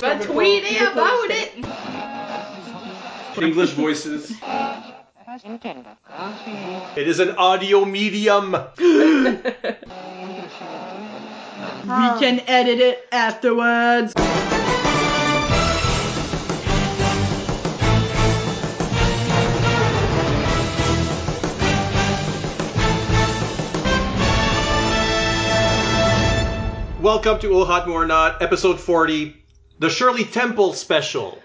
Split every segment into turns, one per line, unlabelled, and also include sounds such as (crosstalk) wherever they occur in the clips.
But tweet about it.
English voices. It is an audio medium.
We can edit it afterwards.
Welcome to All Hot More Not, episode 40, the Shirley Temple special.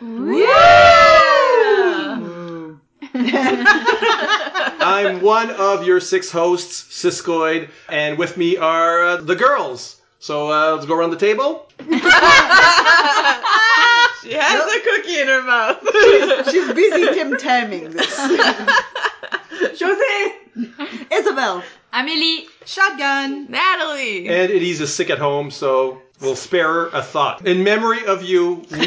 I'm one of your six hosts, Siskoid, and with me are uh, the girls. So uh, let's go around the table.
(laughs) She has a cookie in her
(laughs)
mouth.
She's busy Tim Tamming this.
(laughs)
Jose! Isabel!
Amelie,
Shotgun!
Natalie.
And it is sick at home, so we'll spare her a thought. In memory of you, we, (laughs) we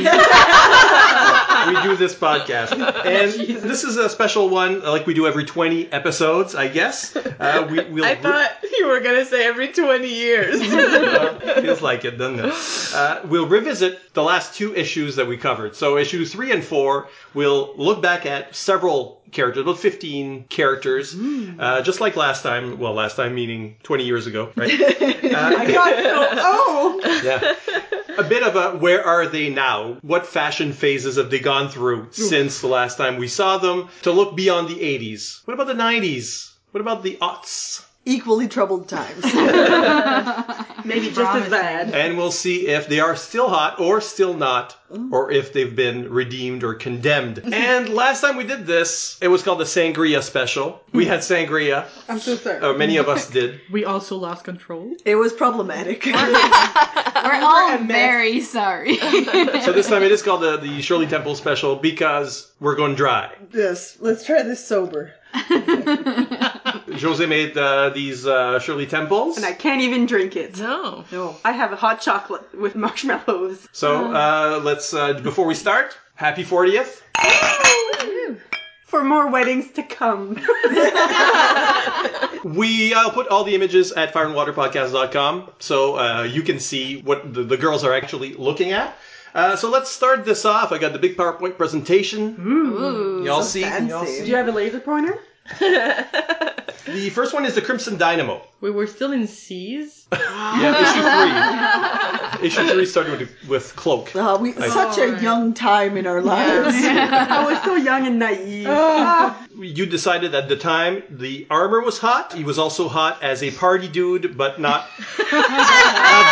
do this podcast. And this is a special one, like we do every 20 episodes, I guess. Uh, we, we'll
I thought you were gonna say every 20 years.
Uh, feels like it, doesn't it? Uh, we'll revisit the last two issues that we covered. So, issue three and four, we'll look back at several characters, about 15 characters,
Hmm.
uh, just like last time. Well, last time meaning 20 years ago,
(laughs)
right? Uh,
I got so old!
yeah. A bit of a where are they now? What fashion phases have they gone through since the last time we saw them? To look beyond the 80s. What about the 90s? What about the aughts?
Equally troubled
(laughs)
times. Maybe just as bad.
and we'll see if they are still hot or still not, or if they've been redeemed or condemned. and last time we did this, it was called the Sangria Special. We had Sangria,
I'm so sorry.
or many of us did.
(laughs) We also lost control.
It was
(laughs)
problematic.
we're all very
(laughs)
sorry.
So this time it is called the, the Shirley Temple Special because we're going dry.
yes, let's try this sober.
Jose made uh, these uh, Shirley Temples.
I can't even drink it.
no.
No.
I have a hot chocolate with marshmallows.
So uh, let's, uh, before we start, happy 40th.
For more weddings to come.
We uh, put all the images at fireandwaterpodcast.com so uh, you can see what the, the girls are actually looking at. Uh, so let's start this off. I got the big PowerPoint presentation. y'all see? y'all
(laughs) fancy.
Do
see?
you have a laser pointer?
The first one is the Crimson Dynamo.
We were still in
(laughs)
C's.
Yeah, issue three. issue three started with, with Cloak.
Uh, we, such a young time in our (laughs) lives.
(laughs) I was so young and naive.
Oh,
(laughs)
You decided at the time the armor was hot. He was also hot as a party dude, but not, not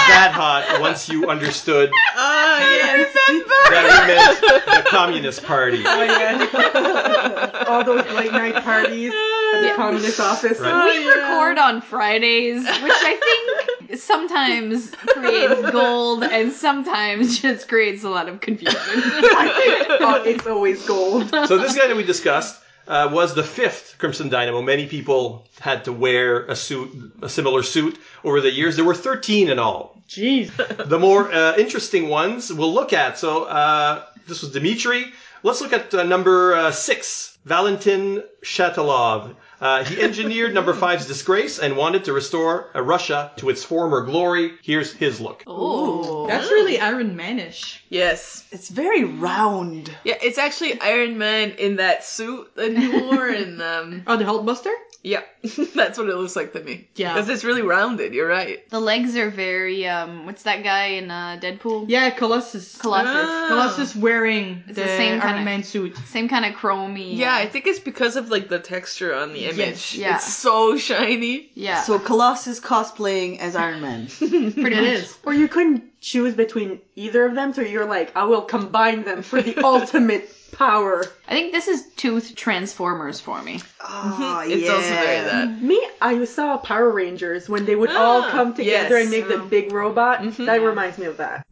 that hot once you understood
Oh yes.
that he meant the Communist Party.
Oh, yeah. All those late night parties at the communist office.
Right.
we record on Fridays, which I
(laughs)
(laughs)
think sometimes creates gold and sometimes just creates a lot of confusion.
Oh, it's always gold.
So this guy that we discussed uh, was the fifth Crimson Dynamo. Many people had to wear a suit, a similar suit, over the years. There were 13 in all.
Jeez.
The more uh, interesting ones we'll look at. So uh, this was Dmitri. Let's look at uh, number uh, six, Valentin Shatilov. Uh, he engineered (laughs) number five's disgrace and wanted to restore uh, Russia to its former glory. Here's his look.
Oh.
That's really Iron Manish.
Yes.
It's very round.
Yeah, it's actually Iron Man in that suit that he wore, and um,
Oh, the Hulkbuster?
yeah, (laughs) that's what it looks like to me.
Yeah.
Because it's really rounded. You're right.
The legs are very um what's that guy in uh Deadpool?
Yeah, Colossus.
Colossus.
Ah.
Colossus wearing the,
the same
Iron
kinda-
Man suit.
Same kind of chromey.
Yeah, I
uh,
think it's because of like the texture on the image.
Yes,
yeah.
It's so shiny.
yeah.
So Colossus cosplaying as Iron
(laughs)
Man.
(laughs) pretty
It
much.
is.
Or you couldn't choose between either of them, so you're like, I will combine them for the ultimate power.
I think this is tooth transformers for me.
Oh,
It's also very that.
Me, I saw Power Rangers when they would all
Ah,
come together
yes.
and make the big robot. That reminds me of that.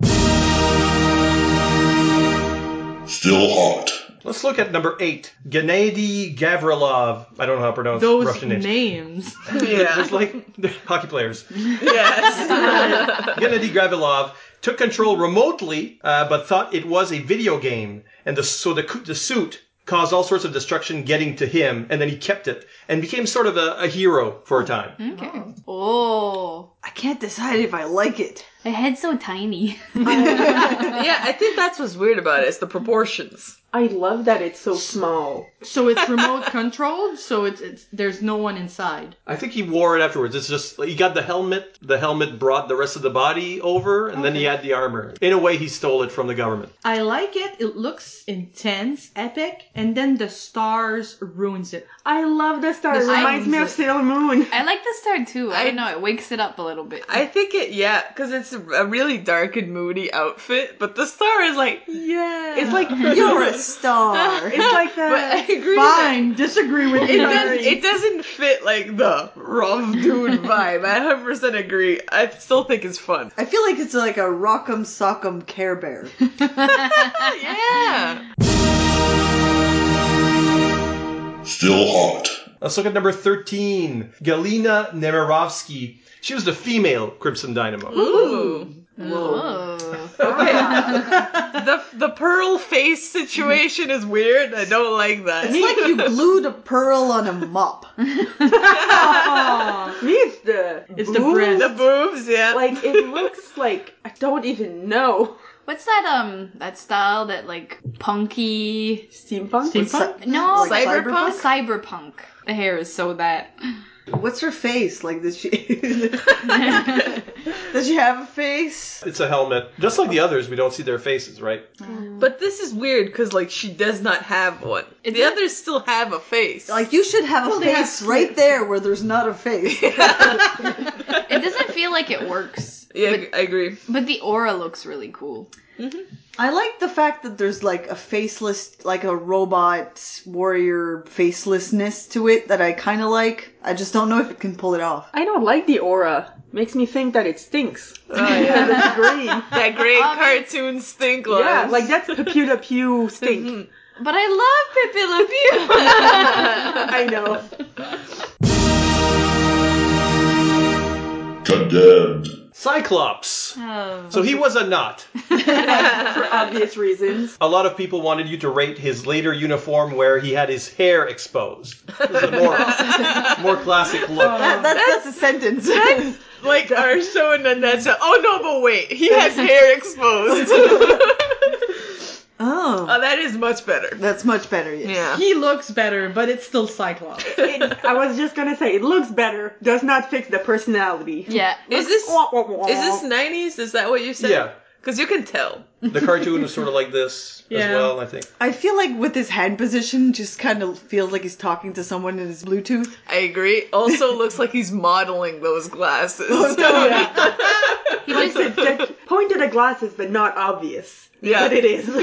Still hot.
Let's look at number eight, Gennady Gavrilov. I don't know how to pronounce
Those
Russian names.
names.
Yeah.
It's like they're hockey players.
(laughs) yes.
Gennady Gravilov took control remotely, uh, but thought it was a video game, and the, so the, cu- the suit caused all sorts of destruction getting to him, and then he kept it and became sort of a, a hero for a time.
Okay. Oh.
(laughs)
I can't decide if I like it.
The head's so tiny.
yeah, I think that's what's weird about it. It's the proportions.
I love that it's so small.
So it's remote controlled. So it's, it's there's no one inside.
I think he wore it afterwards. It's just he got the helmet. The helmet brought the rest of the body over, and then he had the armor. In a way, he stole it from the government.
I like it. It looks intense, epic, and then the stars ruins it.
I love the star. It
The
reminds me of Sailor Moon.
I like the star too. I, don't know. It wakes it up a little bit.
I think it, yeah, because it's a really dark and moody outfit, but the star is like, yeah.
It's like you're a star. It's like
(laughs) but I
that.
agree. that
Fine, disagree with
It
you.
doesn't, it doesn't fit like the rough dude vibe. I 100% agree. I still think it's fun.
I feel like it's like a rock'em sock'em
(laughs)
Care Bear.
Yeah.
Still hot.
Let's look at number thirteen. Galina Nemirovsky. She was the female Crimson Dynamo.
Ooh.
Whoa.
The, the pearl face situation is weird. I don't like that.
It's like you glued a pearl on a mop.
Me, it's the.
It's the
boobs.
(laughs)
breath.
the boobs, yeah.
Like it looks (laughs) like I don't even know.
What's that um that style that like punky
Steampunk.
Steampunk?
no
Like
cyberpunk?
cyberpunk the hair is so that
What's her face? Like, does
(laughs)
she (laughs) does she have a face?
It's a helmet, just like the others. We don't see their faces, right?
But this is weird because like she does not have one. the others still have a face.
Like, you should have a
they have
face right there where there's not a face.
(laughs) it doesn't feel like it works
yeah, I agree.
but the aura looks really cool
I like the fact that there's like a faceless, like a robot warrior facelessness to it that I kind of like. I just don't know if it can pull it off.
I don't like the aura. Makes me think that it stinks.
Oh,
(laughs)
yeah.
It's green.
that great cartoon stink line.
Yeah, like that's Pew to Pew stink.
but I love Pepe Le Pew
I know.
Condemned.
Cyclops.
oh.
So he was a knot.
For obvious reasons.
A lot of people wanted you to rate his later uniform where he had his hair exposed. This is a more, more classic look.
That, that's, that's a sentence.
(laughs) like our show and Nanetta. Oh no, but wait, he has hair exposed. (laughs)
oh,
oh, that is much better.
that's much better. Yes.
Yeah.
He looks better, but it's still Cyclops.
(laughs) It, I was just gonna say it looks better, does not fix the personality.
yeah
Is this
Wah, wah, wah.
is this nineties? Is that what you said?
Yeah.
Because you can tell.
The cartoon was sort of like this as
Yeah.
well, I think.
I feel like with his hand position, just kind of feels like he's talking to someone in his Bluetooth.
I agree. Also, looks like he's modeling those glasses.
yeah.
(laughs) he just
Just pointed at glasses, but not obvious.
(laughs) Yeah.
But it
(laughs)
is.
but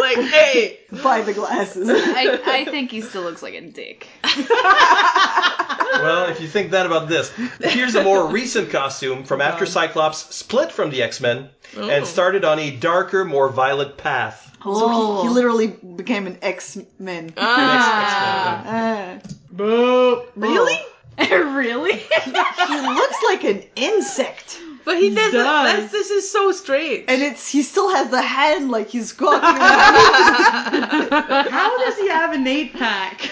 like, hey,
By the glasses. (laughs)
I, I think he still looks like a dick
Well, if you think that about this, here's a more recent costume from after Cyclops split from the X Men and started on a darker, more violent path.
Oh.
So he, he literally became an X Men.
Ah.
Boo.
really? (laughs)
really
Oh. He looks like an insect,
but he doesn't.
does.
That's, this is so strange.
and it's he still has the hand like he's (laughs) got.
How does he have an
(laughs)
eight pack?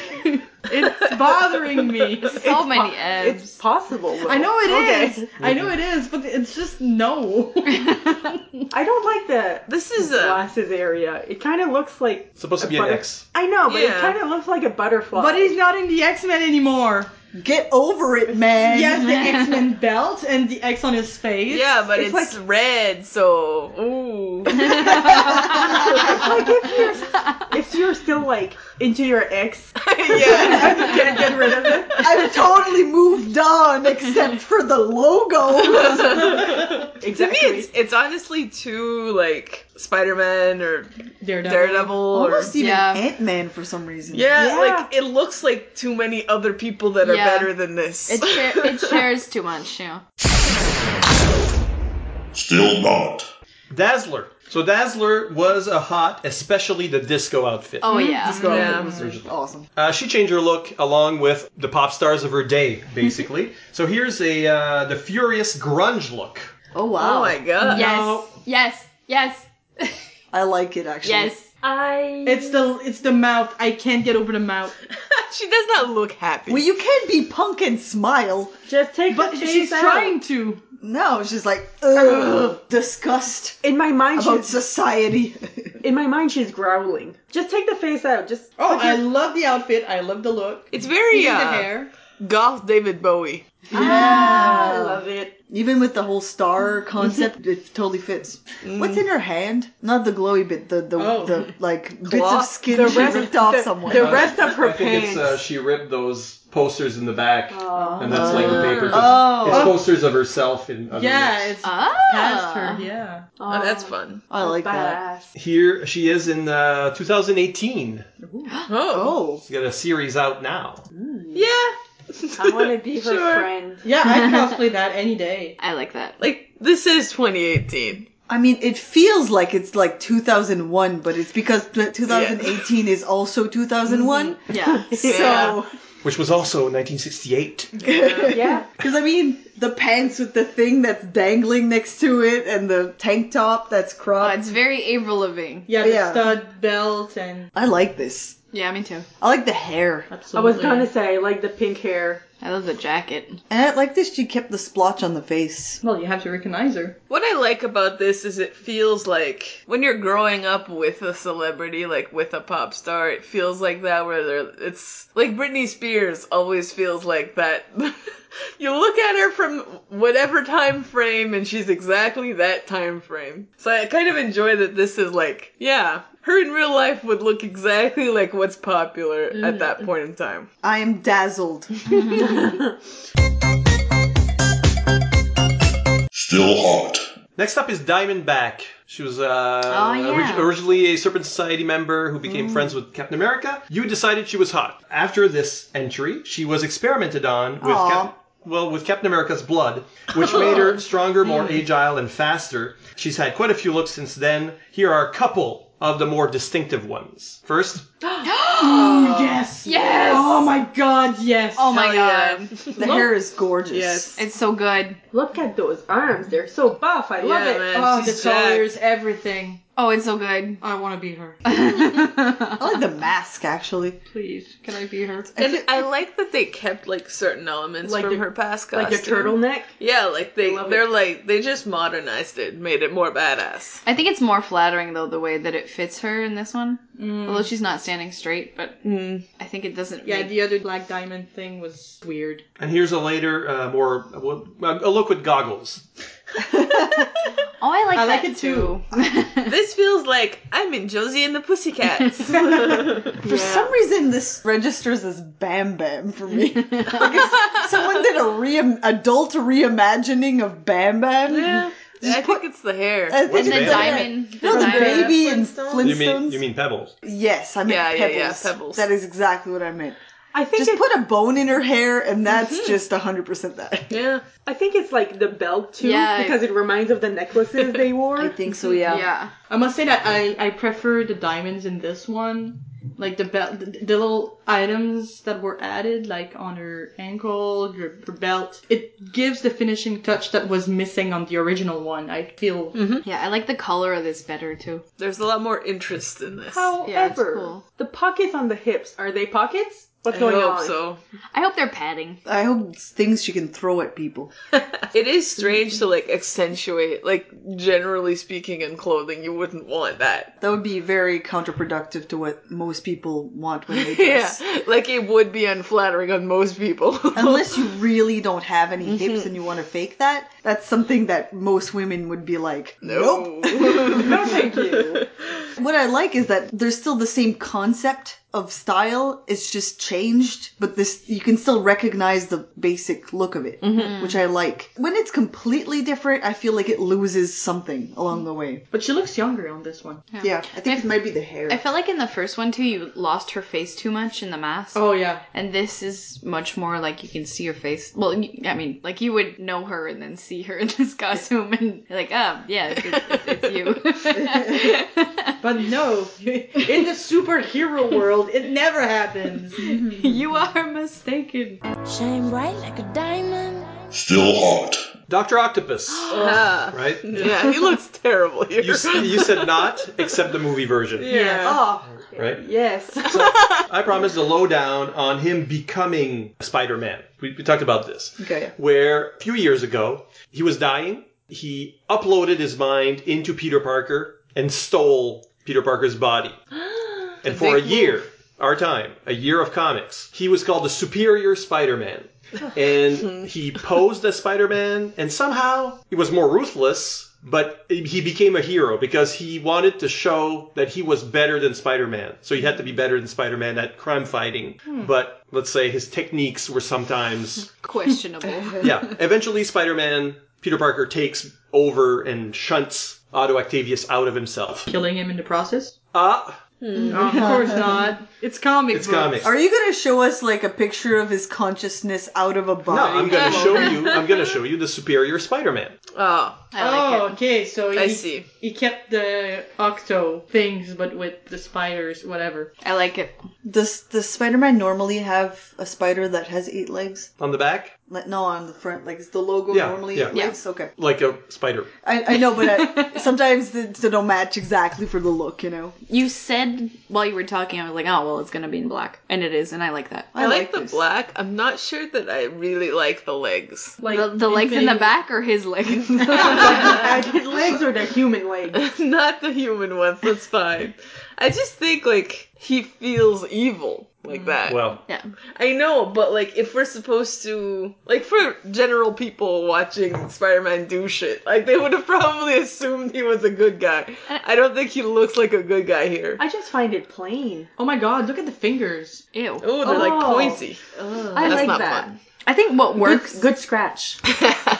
it's bothering me.
so many
it's
abs
possible. Will.
I know it
Okay.
is. I know it is, but it's just
(laughs)
no.
I don't like the
this is a.
glasses area. It kind of looks like
It's supposed to be
a
an
butter-
X.
I know, but
Yeah.
it kind of looks like a butterfly.
but he's not in the X Men anymore.
Get over it, man.
He has the X Men belt and the X on his face.
Yeah, but it's,
it's
red, so ooh.
(laughs) like if you're, if you're still like into your ex,
(laughs) (laughs) yeah.
you can't get rid of it.
(laughs)
I've totally moved on except for the logo. (laughs)
To me,
Exactly.
it's, it's honestly too like Spider Man or
Daredevil.
Daredevil or
Almost even
Yeah.
Ant Man for some reason.
yeah,
Yeah.
like it looks like too many other people that are
Yeah.
better than this.
it, share, it shares too much you know
Still not.
Dazzler. So Dazzler was a hot, especially the disco outfit.
oh yeah
Mm.
Disco
Yeah.
was original. awesome.
Uh, she changed her look along with the pop stars of her day, basically. so here's a uh, the furious grunge look.
Oh
(laughs)
wow.
oh my god.
yes
No.
yes yes
I like it actually.
yes
I.
It's the it's the mouth. I can't get over the mouth.
(laughs) she does not look happy.
Well, you can be punk and smile.
just take
But
the
she's
face out.
trying to.
No, she's like, ugh, disgust
(laughs) In my mind,
about
she's
society.
in my mind she's growling. Just take the face out. Just
Oh, I love the outfit. I love the look.
It's very
Even the
uh,
hair.
goth David Bowie.
I love it.
Even with the whole star concept, it totally fits. What's in her hand? Not the glowy bit, the the,
Oh.
the like bits of
Cloth?
skin
The
she
rest-
ripped off
the-
someone.
the rest of her
I think it's uh,
pants.
she ripped those posters in the back, and that's like the papers. Of,
Oh.
It's posters of herself in. other
Yeah,
looks.
it's past
Ah.
her. Yeah.
Oh, that's fun.
I like that.
Badass.
Here she is in uh, 2018.
Oh.
Oh,
She's got a series out now.
Yeah.
I want to be her
Sure.
friend.
Yeah, I'd cosplay that any day.
I like that.
Like, this is 2018.
I mean, it feels like it's like 2001, but it's because the 2018 is also 2001.
(laughs) Yeah.
Yeah.
So,
Which was also 1968.
Yeah.
because I mean, the pants with the thing that's dangling next to it, and the tank top that's
Oh,
cropped.
it's very Avril Lavigne.
Uh, Yeah, the
Yeah.
stud belt and
I like this.
Yeah, me too.
I like the hair.
I
absolutely.
was gonna say like the pink hair.
I love the jacket.
And I like this, she kept the splotch on the face.
Well, you have to recognize her.
What I like about this is it feels like when you're growing up with a celebrity, like with a pop star, it feels like that where they're, it's like Britney Spears always feels like that. (laughs) you look at her from whatever time frame and she's exactly that time frame. So I kind of enjoy that this is like, yeah, her in real life would look exactly like what's popular at that point in time.
I am dazzled.
Still hot.
Next up is Diamondback. She was uh,
Oh, yeah. Mm.
orig- originally a Serpent Society member who became friends with Captain America. You decided she was hot. After this entry, she was experimented on with
Aw.
Cap- well with Captain America's blood,
(laughs)
which made her stronger, more
Mm.
agile, and faster. She's had quite a few looks since then. Here are a couple of the more distinctive ones. First,
yes.
Yes!
Oh my god, yes.
Oh my
Hell
god.
(laughs) The hair is gorgeous.
Yes.
It's so good.
Look at those arms. They're so buff. I love
Yeah,
it.
man.
Oh, the
She's jacked.
colors, everything.
Oh, it's so good.
I want to be her.
I like the mask, actually.
Please, can I be her?
(laughs)
And I like that they kept like certain elements
Like
from
the-
her past
Like
costume.
the turtleneck.
Yeah, like they
Love it.
they're like they just modernized it, and made it more badass.
I think it's more flattering though the way that it fits her in this one. Although she's not standing straight, but I think it doesn't.
Mm. Yeah,
make-
the other black diamond thing was weird.
and here's a later, uh, more a look with goggles.
oh, I like
I
that
like it
too.
too. (laughs)
This feels like I'm in Josie and the
(laughs)
Pussycats.
For some reason, this registers as Bam Bam for
(laughs)
me. like if someone did a re- adult reimagining of Bam Bam.
yeah, I think it's the hair.
And,
What's
and
and
the
Bam
then
Bam?
diamond. The
No, the
diamond.
baby in
Flintstones?
Flintstones.
You mean you mean pebbles?
Yes, I meant
Yeah, yeah,
pebbles.
yeah, pebbles.
That is exactly what I meant.
I think
Just
it's,
put a bone in her hair, and that's
Mm-hmm.
just hundred percent that.
Yeah,
I think it's like the belt too
Yeah.
because it reminds of the necklaces they wore.
I think so. Yeah.
Yeah.
I must say that I, I prefer the diamonds in this one. Like the, belt, the the little items that were added, like on her ankle, her, her belt, it gives the finishing touch that was missing on the original one. I feel.
Yeah, I like the color of this better too.
there's a lot more interest in this.
However,
Yeah, it's cool.
the pockets on the hips are they pockets? What's
I
going
hope
on?
so.
I hope they're padding.
(laughs) I hope it's things she can throw at people.
It is strange to like accentuate, like generally speaking, in clothing, you wouldn't want that.
That would be very counterproductive to what most people want when they
(laughs) Yeah,
dress.
like it would be unflattering on most
(laughs)
people. (laughs)
Unless you really don't have any hips and you want to fake that, that's something that most women would be like, nope.
(laughs) No, thank you.
(laughs) What I like is that there's still the same concept of style. It's just changed, but this you can still recognize the basic look of it, which I like. When it's completely different, I feel like it loses something along the way.
But she looks younger on this one.
Yeah, I think it might be the hair.
I felt like in the first one too, you lost her face too much in the mask.
Oh yeah,
And this is much more like you can see her face. Well, you- I mean, like you would know her and then see her in this (laughs) costume and you're like, oh, yeah, it's, it's, it's you.
(laughs) but no, in the superhero world, it never happens.
(laughs) you are mistaken.
Shine bright like a diamond.
Still hot.
Doctor Octopus,
Ah.
right?
(laughs) Yeah, he looks terrible here.
You, s- you said not, except the movie version,
yeah.
Oh,
right?
yes.
I promised a lowdown on him becoming Spider Man. We, we talked about this.
Okay.
Where a few years ago, he was dying. He uploaded his mind into Peter Parker and stole Peter Parker's body. and for a
big
year, our time, a year of comics, he was called the Superior Spider Man. And he posed as Spider Man, and somehow he was more ruthless, but he became a hero because he wanted to show that he was better than Spider Man. So he had to be better than Spider Man at crime fighting. But let's say his techniques were sometimes (laughs)
(laughs)
Questionable.
yeah. Eventually, Spider Man, Peter Parker, takes over and shunts Otto Octavius out of himself.
Killing him in the process?
Ah,
Uh, of course not. It's comic
it's
books.
comics.
Are you going to show us like a picture of his consciousness out of a
no,
body?
I'm going to show
(laughs)
you. I'm going to show you the superior Spider Man.
Oh,
I like
oh, okay. So he,
I see.
he kept the octo things, but with the spiders, whatever.
it. I like it.
Does does Spider-Man normally have a spider that has eight legs?
on the back,
Like, no, on the front, like is the logo
Yeah,
normally
yeah.
eight
Yeah.
legs. Okay,
like a spider.
I, I know, but I, sometimes the, they don't match exactly for the look. You know,
You said while you were talking, I was like, oh, well, it's going to be in black. And it is, and I like that.
I, like, the
this.
black. I'm not sure that I really like the legs.
Like
the, the legs in the
Infinity-
back or his
(laughs)
legs?
Are his legs or the human legs?
(laughs) not the human ones. That's fine. I just think like he feels evil like that.
Well,
yeah.
I know, but like if we're supposed to like for general people watching Spider-Man do shit, like they would have probably assumed he was a good guy. I don't think he looks like a good guy here.
I just find it plain.
Oh my god, look at the fingers.
Ew.
Oh, they're like
Oh.
pointy.
I
That's
like
not
that.
fun.
I think what works,
Good, good scratch.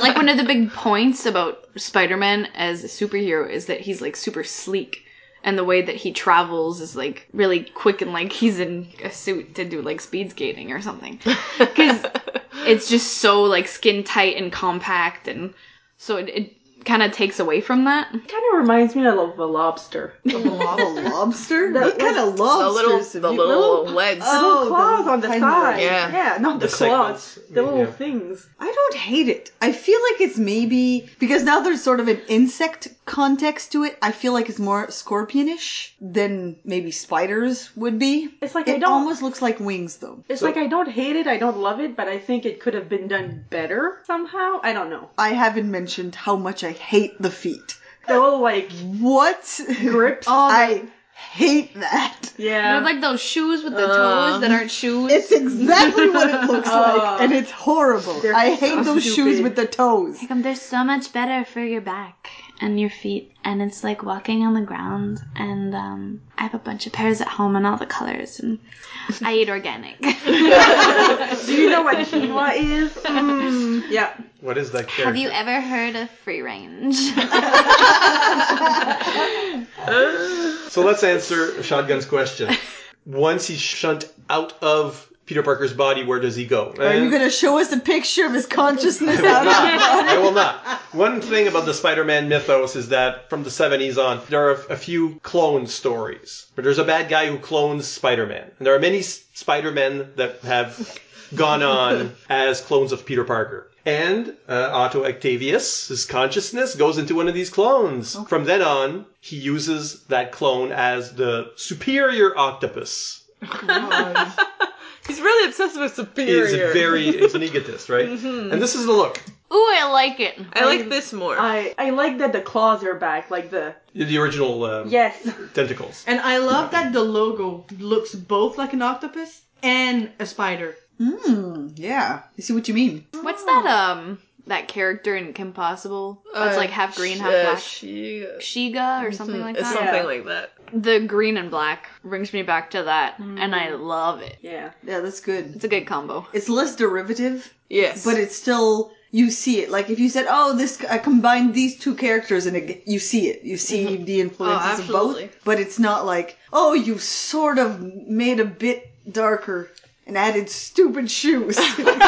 like one of the big points about Spider-Man as a superhero is that he's like super sleek. And the way that he travels is like really quick and like he's in a suit to do like speed skating or something. Cuz it's just so like skin tight and compact and so it, it kind of takes away from that.
Kind of reminds me of a lobster.
a lobster?
That
what kind of
Oh,
The little,
lobsters?
the
have you-
little legs.
Oh,
the claws
the
on the
tiny
side.
legs.
Yeah.
not the,
The
claws.
segments.
The little
Yeah.
things.
I don't hate it. I feel like it's maybe because now there's sort of an insect context to it. I feel like it's more scorpionish than maybe spiders would be.
It's like
it
I don't.
almost looks like wings though.
it's like I don't hate it. I don't love it, but I think it could have been done better somehow. I don't know.
I haven't mentioned how much I hate the feet.
The little like
What?
grips. Oh, on
(laughs) I hate that.
yeah.
They're like those shoes with the toes that aren't shoes.
It's exactly what it
(laughs)
looks like, and it's horrible.
Oh. They're
I hate
so
those shoes
stupid.
with the toes.
Um, They're so much better for your back and your feet, and it's like walking on the ground. And um, I have a bunch of pairs at home in all the colors, and I eat organic.
Do you know what quinoa is? Mm, yeah.
what is that character?
have you ever heard of free range?
(laughs) So let's answer Shotgun's question. Once he's shunt out of Peter Parker's body, where does he go?
Are you gonna show us a picture of his
(laughs)
consciousness out of
not. I will not. One thing about the Spider-Man mythos is that from the 70s on, there are a few clone stories. But there's a bad guy who clones Spider-Man, and there are many s- Spider-Men that have gone on as clones of Peter Parker. And uh, Otto Octavius, his consciousness goes into one of these clones. From then on, he uses that clone as the superior octopus.
He's really obsessed with
He
superior.
is a very he's an egotist, right? And this is the look.
Ooh, I like it.
I like this more.
I I like that the claws are back, like the
The original um,
yes.
tentacles.
And I love that the logo looks both like an octopus and a spider.
Hmm, yeah. I see what you mean.
What's that? Um, that character in Kim Possible. It's like half green, half
Yeah,
black.
She,
Shiga or something like that.
something
Yeah.
like that.
The green and black brings me back to that, and I love it.
Yeah.
Yeah, that's good.
It's a good combo.
It's less derivative,
Yes,
but it's still you see it. Like if you said, "Oh, this I combined these two characters," and it, you see it, you see the influences of
absolutely.
both. But it's not like, "Oh, you sort of made a bit darker and added stupid shoes." (laughs)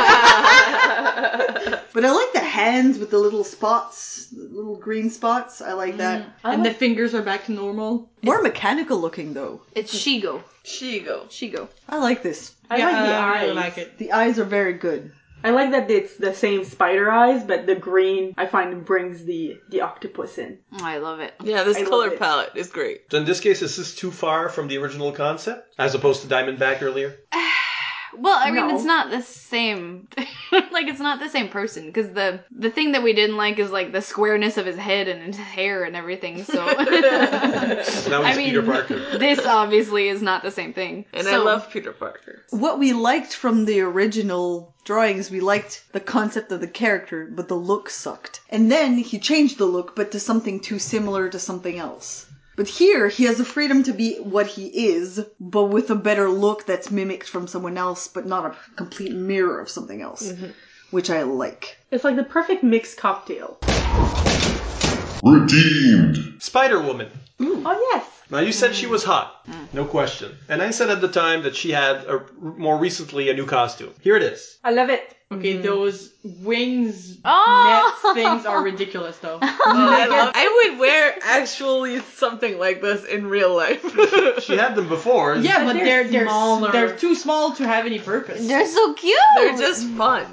but I like the hands with the little spots, the little green spots. I like that.
and the fingers are back to normal.
More mechanical looking though.
It's Shigo.
she go.
Shigo.
I like this.
I
yeah,
like the
I
eyes.
really like it.
The eyes are very good.
I like that it's the same spider eyes, but the green I find brings the the octopus in.
Oh, I love it.
Yeah, this
I love
color
it.
palette is great.
So in this case, is this too far from the original concept as opposed to Diamondback earlier?
Well, I mean,
No.
it's not the same. (laughs) like, it's not the same person because the the thing that we didn't like is like the squareness of his head and his hair and everything. So (laughs)
Now
I
he's
mean,
Peter Parker.
This obviously is not the same thing.
And I
So-
love Peter Parker.
What we liked from the original drawings, we liked the concept of the character, but the look sucked. And then he changed the look, but to something too similar to something else. But here, he has the freedom to be what he is, but with a better look that's mimicked from someone else, but not a complete mirror of something else, which I like.
It's like the perfect mixed cocktail.
Redeemed.
Spider Woman.
Oh yes.
Now you said she was hot,
Mm.
no question. And I said at the time that she had a, more recently a new costume. Here it is.
I love it.
Okay, those (laughs) wings
(laughs) Oh!
net things are ridiculous though. (laughs)
I, love- I would wear actually something like this in real life. (laughs)
She had them before.
yeah, but they're they're
smaller.
they're too small to have any
(laughs)
purpose.
They're so cute.
They're just fun.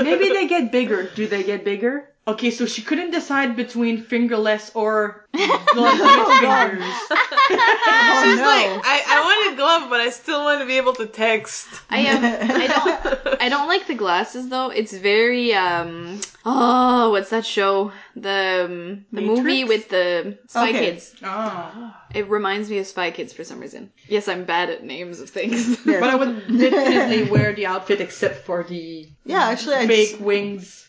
Maybe they get bigger. Do they get bigger?
Okay, so she couldn't decide between fingerless or gloves with fingers.
Oh,
She's like, I, I want a glove, but I still want to be able to text. (laughs)
I am. I don't. I don't like the glasses though. It's very um. Oh, what's that show? The um, the movie
Matrix?
with the Spy
Okay.
Kids.
Oh.
It reminds me of Spy Kids for some reason. Yes, I'm bad at names of things.
Yeah,
But I would definitely (laughs) wear the outfit except for the
yeah actually, I'd,
fake wings.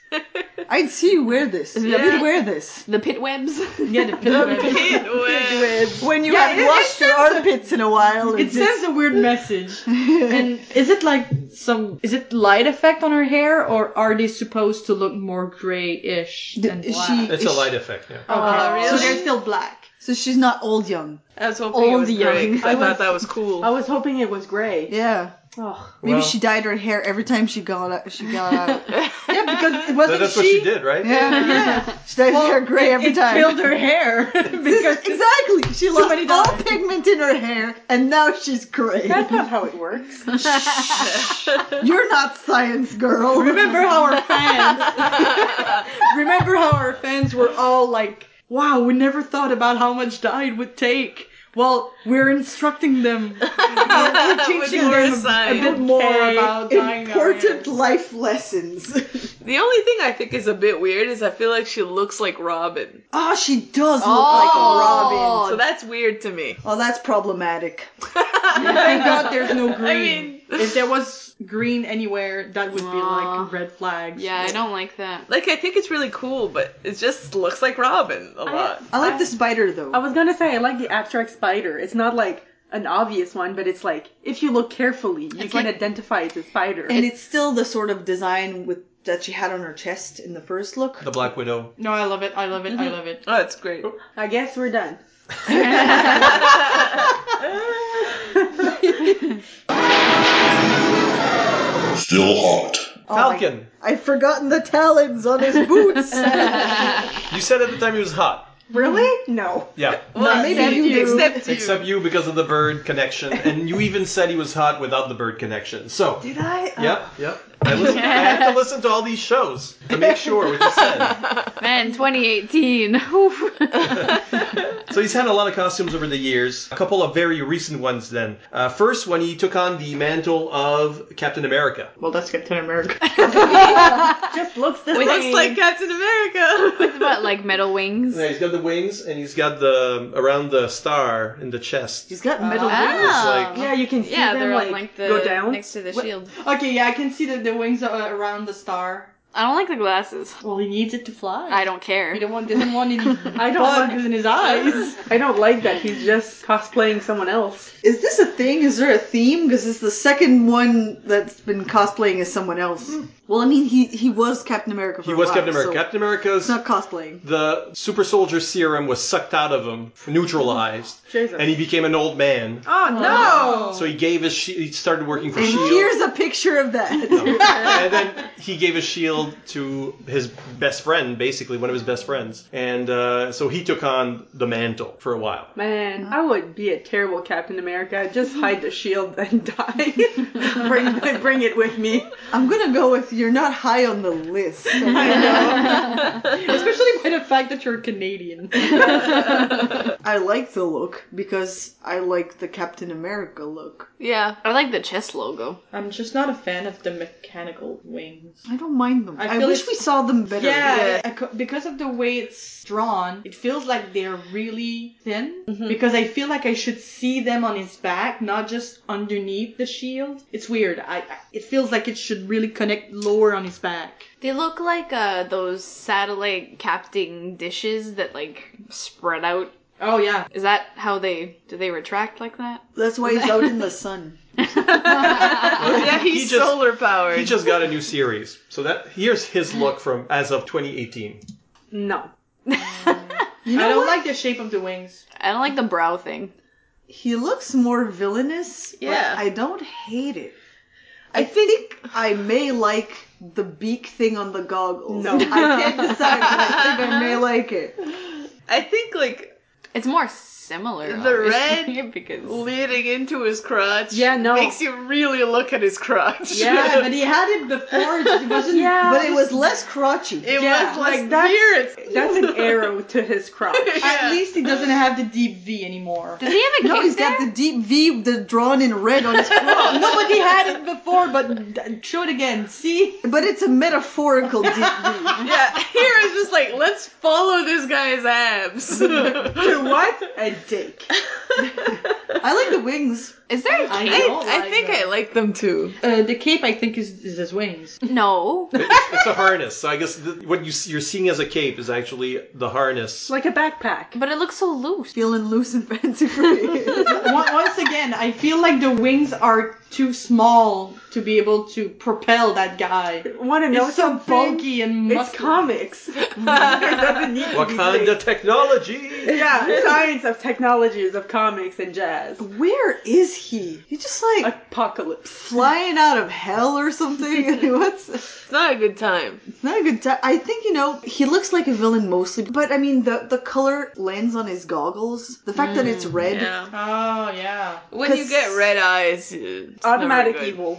I'd see you wear this. You'd wear this.
the pit webs.
Yeah, the pin.
Anyway.
When you
Yeah,
haven't
it- it
washed your armpits in a while. or
It sends a weird message. and is it like some? Is it light effect on her hair, or are they supposed to look more grayish
D-
than
is
black? (laughs)
she- Oh,
It's a light effect, yeah.
Okay,
really?
so they're still black.
So she's not old young.
I was hoping it was
Old
great.
young.
I, thought that was cool.
(laughs) I was hoping it was gray.
Yeah.
Ugh.
Maybe
Well-
she dyed her hair every time she got out. She got
(laughs)
out.
Yeah, because it
So
wasn't
that's what she did, right?
Yeah,
(laughs)
yeah. She dyed her hair gray every
it
time.
filled her
(laughs)
hair because
exactly. She lost
many
all
dyes.
pigment in her hair, and now she's gray.
That's not how it works.
You're not science, girl.
remember how our fans (laughs) remember how our fans were all like, "Wow, we never thought about how much dye it would take." Well, we're instructing them. (laughs) We're teaching
more
them a, a
science.
bit more about dyeing our hair.
Important life lessons.
(laughs)
the only thing I think is a bit weird is I feel like she looks like Robin.
Ah,
oh, she does look like a Robin.
So that's weird to me.
Oh, that's problematic.
Thank God there's no green.
mean-
if there was green anywhere, that would be
Aw.
like red flags.
yeah, I don't like that.
Like I think it's really cool, but it just looks like Robin a lot.
I like the spider though.
I was gonna say I like the abstract spider. It's not like an obvious one, but it's like if you look carefully, you can
like-
identify it as a spider.
and it's still the sort of design with that she had on her chest in the first look.
The Black Widow.
Oh
No, I love it. I love it. I love it.
Oh, that's great.
I guess we're done.
Still hot.
Falcon.
I'd forgotten the talons on his
(laughs)
boots.
You said at the time he was hot.
Really? No.
Yeah.
Well,
maybe you do.
Except you.
(laughs) Except you because of the bird connection, and you even said he was hot without the bird connection. So.
Did I? Oh,
Yep, yep. I, listen, I have to listen to all these shows to make sure what you said.
Man, 2018. Oof.
So he's had a lot of costumes over the years. A couple of very recent ones. Then uh, first, when he took on the mantle of Captain America.
Well, that's Captain America.
Just looks the
Looks
same.
like Captain America.
what, like metal wings?
Yeah, he's got the wings and he's got the around the star in the chest.
He's
Uh-huh.
got metal wings.
Ah.
like-
yeah, you can see
yeah,
them
they're
like,
on like the
go down.
next to the shield.
okay, yeah, I can see the, the wings are around the star.
I don't like the glasses.
Well, he needs it to fly.
I don't care.
He don't want, doesn't want any
I don't
bugs in his eyes.
I don't like that he's just cosplaying someone else.
Is this a thing? Is there a theme? Because it's the second one that's been cosplaying as someone else.
Mm.
Well, I mean, he he was Captain America. For
He
a
was
while,
Captain America.
so
Captain America's
it's not cosplaying.
the super soldier serum was sucked out of him, neutralized,
Jesus.
and he became an old man.
Oh no!
So he gave his shi he started working for
And
Shield, (laughs)
here's a picture of that.
and then he gave his Shield killed E to his best friend, basically one of his best friends, and uh, so he took on the mantle for a while.
Man, I would be a terrible Captain America. I'd Just hide the shield and die. bring, bring it with me.
I'm gonna go with you're not high on the
(laughs)
list.
Especially by the fact that you're (laughs) Canadian.
I like the look because I like the Captain America look.
Yeah, I like the chess logo.
I'm just not a fan of the mechanical wings.
I don't mind them.
I
I,
feel
wish
it's-
we saw them better.
Yeah, I co- because of the way it's drawn, it feels like they're really thin.
Mm-hmm.
Because I feel like I should see them on his back, not just underneath the shield. It's weird. I, I it feels like it should really connect lower on his back.
They look like uh, those satellite capting dishes that like spread out.
Oh yeah,
Is that how they do they retract like that?
That's why he's out in
(laughs)
the sun.
yeah, he's
He just-
solar powered.
He just got a new series, so that here's his look from as of 2018.
No.
I don't like the shape of the wings.
(laughs)
I don't like the brow thing.
He looks more villainous.
Yeah.
But I don't hate it. I, think, I may like the beak thing on the goggles. No. (laughs) I can't decide, but I think I
(laughs)
may like it.
(laughs) I think like
It's more similar.
The
obviously,
red-
(laughs) because
leading into his crotch.
Yeah, no.
Makes you really look at his crotch.
Yeah, but he had it before.
(laughs)
It wasn't. yeah.
But it
(laughs)
was less
(laughs)
crotchy.
It
Yeah,
was like
that's-
here it's
(laughs) That's an arrow to his crotch.
(laughs) yeah.
At least he doesn't have the deep V anymore.
does he have a
no,
cape
he's
there?
got the deep V the drawn in red on
(laughs)
his crotch.
No, but he had it before. But d- show it again. See,
But it's a metaphorical deep V.
(laughs)
yeah. Here is just like let's follow this guy's
(laughs)
abs. (laughs) I,
what? A dick.
I like the wings.
Is there a cape?
I think I like them too.
Uh, the cape, I think, is, is his wings. (laughs)
No.
It's a harness, so I guess th what you, s- you're seeing as a cape is actually the harness.
Like a backpack.
But it looks so loose.
Feeling loose and fancy free.
Once once again, I feel like the wings are too small to be able to propel that guy.
Want to know
It's so
something?
bulky and
It's
muscular.
comics. it doesn't need to be
Wakanda
big.
technology.
Yeah, science of technologies of comics and jazz.
Where is he? He just like
Apocalypse.
flying out of hell or
(laughs)
something. (laughs) What's
It's not a good time.
it's not a good time. I think you know he looks like a villain mostly, but I mean the the color lens on his goggles, the fact that
Hmm,
it's red.
Yeah.
Oh yeah.
When you get red eyes, it's never
Automatic
good.
evil.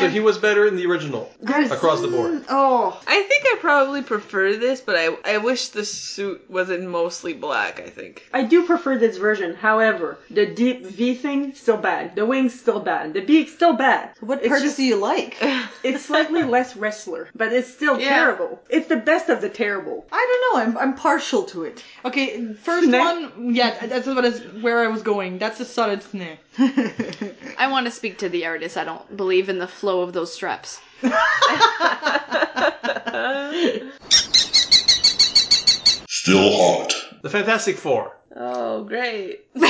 So he was better in the original
There's-
across the
(laughs)
board.
Oh,
I think I probably prefer this, but I I wish the suit wasn't mostly black. I think.
I do prefer this version. However, the deep V thing still bad. The wings still bad. The beak still bad.
what
it's
parts
just-
do you like? I
It's (laughs) slightly less wrestler, but it's still
Yeah.
terrible. It's the best of the terrible.
don't know. I'm I'm partial to it.
Okay, first
Snake?
one. Yeah, that's what is where I was going. That's a solid snare.
I want to speak to the artist. I don't believe in the flow of those straps.
Still hot.
The Fantastic Four.
Oh, great.
You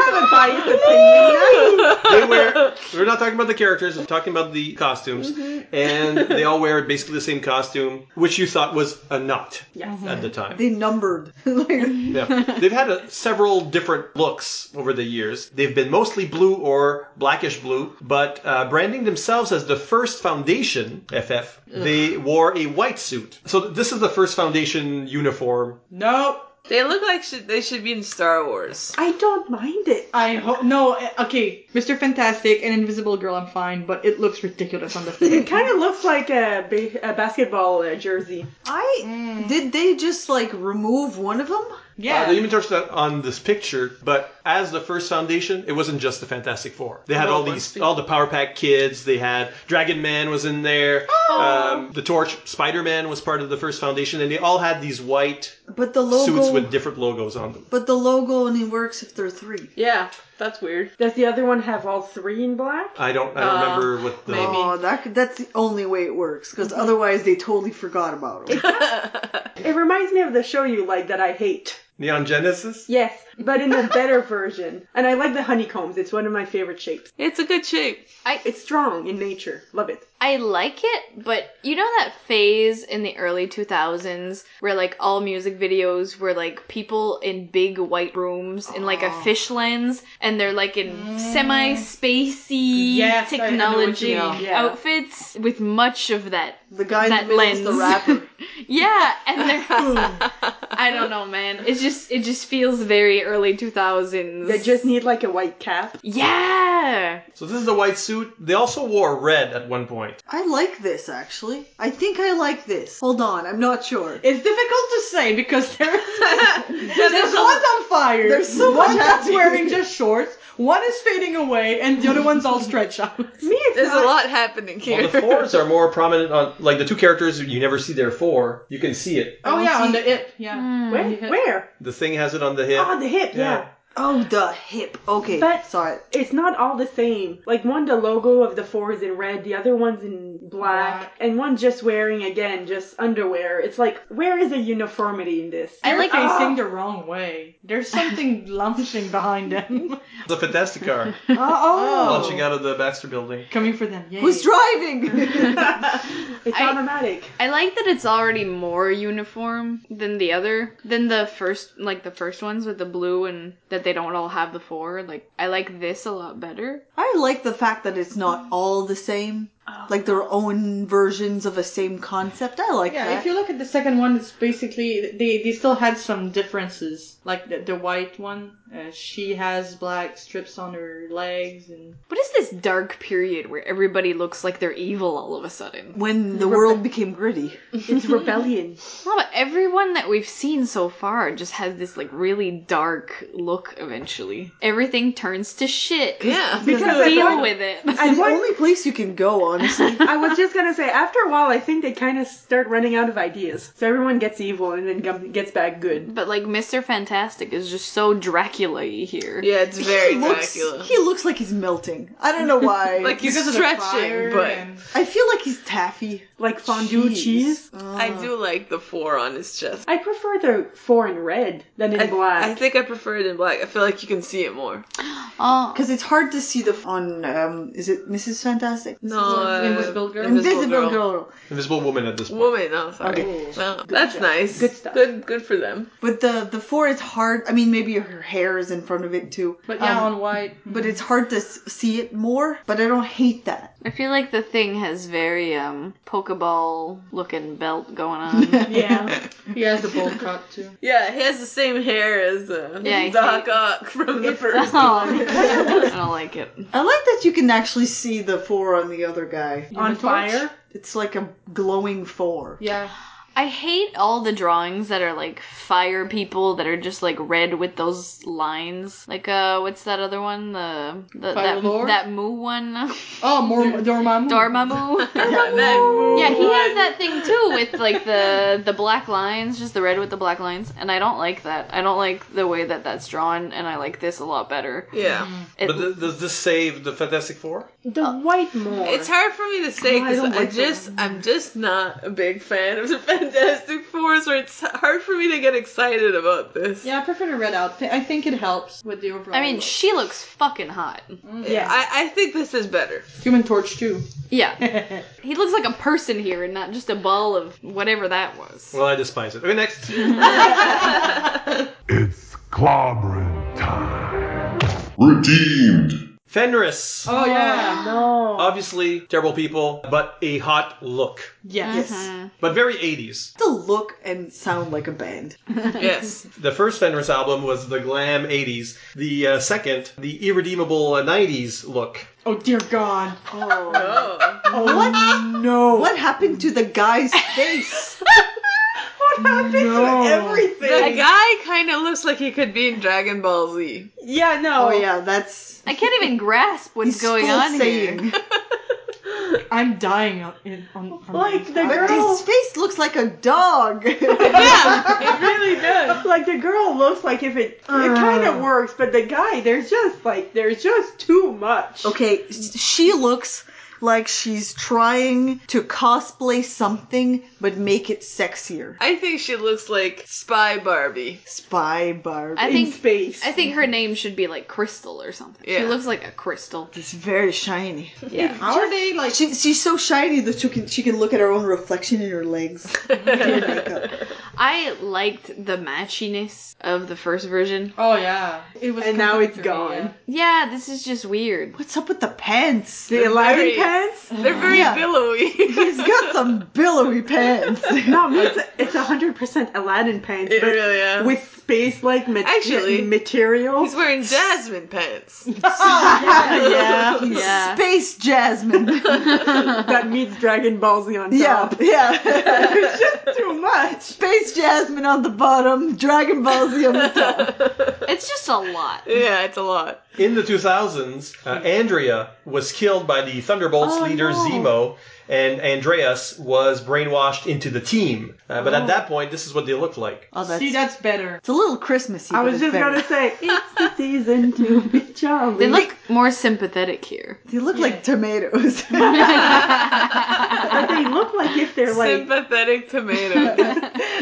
have a bias opinion.
They wear. We're not talking about the characters. We're talking about the costumes, and they all wear basically the same costume, which you thought was a knot
Yes.
at the
(laughs)
time.
They numbered. Like,
Yeah. They've had a, several different looks over the years. They've been mostly blue or blackish blue, but uh, branding themselves as the first foundation, FF, they wore a white suit. So th- this is the first foundation uniform.
No,
They look like should, they should be in Star Wars.
I don't mind it.
I hope no. uh, Okay, Mr. Fantastic and Invisible Girl, I'm fine, but it looks ridiculous on the
It
thing.
kind of looks like a, ba- a basketball uh, jersey.
I
Mm.
did they just like remove one of them?
Yeah,
Uh, they even touched that on this picture, but as the first foundation, it wasn't just the Fantastic Four. They had all these, all the Power Pack kids. They had Dragon Man was in there. Um, the Torch, Spider Man was part of the first foundation, and they all had these white
But the logo.
suits with different logos on them.
but the logo only works if there are three.
Yeah, that's weird.
Does the other one have all three in black?
I don't. I don't remember what the.
maybe.
Oh, that could, that's the only way it works because
Mm-hmm.
otherwise they totally forgot about
(laughs)
it.
It reminds me of the show you like that I hate.
Neon Genesis.
Yes, but in a (laughs) better version. And I like the honeycombs. It's one of my favorite shapes.
It's a good shape.
It's strong in nature. Love it.
I like it, but you know that phase in the early 2000s where like all music videos were like people in big white rooms in like a fish lens and they're like in semi spacey
Yes, I- I know what
technology
you mean,
yeah.
outfits with much of that
The guy
That
in the middle is the
lens.
rapper.
(laughs) yeah, and they're I don't know, man. It's just it just feels very early 2000s.
they just need like a white cap.
yeah.
So this is the white suit. They also wore red at one point.
I like this actually. I think I like this. Hold on, I'm not sure.
It's difficult to say because there, (laughs) there's, there's
so-
one's on fire.
there's so
one
much
that's
happening.
wearing just shorts. One is fading away, and the other one's all stretched
(laughs)
out. Me,
There's a lot happening here.
Well, the fours are more prominent on like the two characters you never see their four. You can see it.
Oh
don't
yeah, on
see-
the hip. Yeah.
Where? Where?
The thing has it on the hip.
Oh, the hip. yeah.
Oh, the hip. Okay,
But-
(laughs)
sorry.
it's not all the same. Like one, the logo of the four is in red, the other one's in black,
Black.
and one just wearing again just underwear. It's like where is the uniformity in this?
I
They're
like
facing the wrong way. There's something lunching behind them.
The Fantasticar
oh, oh.
launching out of the Baxter building.
coming for them. Yay.
Who's
(laughs)
driving?
It's
I-
automatic.
I like that it's already more uniform than the other than the first like the first ones with the blue and that they don't all have the four. Like I like this a lot better.
I like the fact that it's not all the same.
Oh.
Like their own versions of a same concept. I like
Yeah,
that.
if you look at the second one, it's basically they, they still had some differences. Like the, the white one, uh, she has black strips on her legs, and
What is this dark period where everybody looks like they're evil all of a sudden?
when the world became gritty. (laughs)
It's rebellion.
No, but everyone that we've seen so far just has this like really dark look eventually. Everything turns to shit. (laughs)
yeah.
Because I
Deal
thought-
with it.
It's the only place you can go, honestly.
I was just gonna say, after a while, I think they kind of start running out of ideas. So everyone gets evil and then gum- gets back good.
But like Mr. Fantastic is just so Dracula y here.
Yeah, it's very
he looks,
Dracula.
he looks like he's melting. I don't know why.
like he's
because of the fire
stretching, but
and-
I feel like he's taffy.
Like fondue
Jeez.
cheese.
I do like the four on his chest.
I prefer the four in red than in
I,
black.
I think I prefer it in black. I feel like you can see it more.
Oh,
Because it's hard to see the f- on um, is it Mrs. Fantastic?
No,
Invisible-
uh,
Invisible
(laughs)
Girl?
Invisible girl.
Invisible woman at this point.
Woman, oh sorry. Well, that's nice.
Good stuff.
Good, good for them.
But the the four is hard. I mean, maybe her hair is in front of it too.
but yeah,
Um,
on white.
but it's hard to s- see it more. But I don't hate that.
I feel like the thing has very um pokeball looking belt going on. (laughs)
yeah,
He has the bowl cut too.
Yeah, he has the same hair as uh,
Yeah, I
Doc
hate-
Ock from the first.
I don't like it.
I like that you can actually see the four on the other guy.
on fire.
It's like a glowing four.
Yeah.
I hate all the drawings that are like fire people that are just like red with those lines. Like uh, what's that other one? The, the
Fire
that
Lord?
that moo one, (laughs)
Oh, more Dormammu.
Dormammu.
(laughs) Yeah, that
Yeah, he has that thing too with like the the black lines, just the red with the black lines, and I don't like that. I don't like the way that that's drawn, and I like this a lot better.
Yeah,
It,
But th- does this save the Fantastic Four?
The white more.
it's hard for me to say because I, just I'm just not a big fan of the (laughs) Fantastic Four, so it's hard for me to get excited about this.
Yeah, I prefer the red outfit. I think it helps with the overall.
I mean,
look.
she looks fucking hot.
yeah.
I, I think this is better.
Human Torch too.
Yeah,
(laughs)
he looks like a person here and not just a ball of whatever that was.
Well, I despise it. Okay,
(laughs)
next.
It's clobbering time.
Redeemed.
Fenris.
Oh yeah.
no.
Obviously, terrible people, but a hot look.
Yes.
But very 80s.
Still look and sound like a band.
Yes,
The first Fenris album was the glam 80s. The uh, second, the irredeemable uh, 90s look.
Oh dear God.
Oh
oh,
what?
No.
What happened to the guy's
(laughs)
face?
No.
the guy kind of looks like he could be in Dragon Ball Z.
yeah, no.
Oh yeah, that's
I can't even grasp what's
he's
going
full
on
saying.
here.
(laughs) I'm dying on in, on, on
Like the
But
girl.
his face looks like a
(laughs)
dog.
Yeah, it really does.
Like the girl looks like if it it kind of works, but the guy there's just like there's just too much.
okay, s- she looks like she's trying to cosplay something but make it sexier.
I think she looks like Spy Barbie.
Spy Barbie.
I think
space.
I think her name should be like Crystal or something. She
Yeah.
looks like a crystal.
it's very shiny.
Yeah.
How are they like?
She, she's so shiny that she can she can look at her own reflection in her legs. Her makeup.
I liked the matchiness of the first version.
Oh yeah, it was.
And now it's
compulsory,
gone.
yeah.
Yeah, this is just weird.
What's up with the pants?
The Aladdin
Very-
pants?
They're very
Yeah.
billowy. (laughs)
He's got some billowy (laughs) pants.
No, it's it's a hundred percent Aladdin pants,
It
but
really is.
with space like ma-
Actually- (laughs)
material.
He's wearing jasmine pants.
(laughs)
yeah.
(laughs) Yeah.
Space (laughs) Jasmine.
that meets Dragon Ball Z on
yeah,
top.
yeah.
it's just too much.
Space Jasmine on the bottom, Dragon Ball Z on the top.
It's just a lot.
Yeah, it's a lot.
In the 2000s, uh, Andrea was killed by the Thunderbolts
Oh,
leader Zemo, and Andreas was brainwashed into the team. Uh, but
Oh.
at that point, this is what they looked like.
Uh,
Oh, that's,
See, that's better.
it's a little Christmassy.
I
but
was
it's
just
better.
gonna say it's the season to be jolly.
They look more sympathetic here.
They look like tomatoes. (laughs)
But they look like if they're like,
Sympathetic tomato.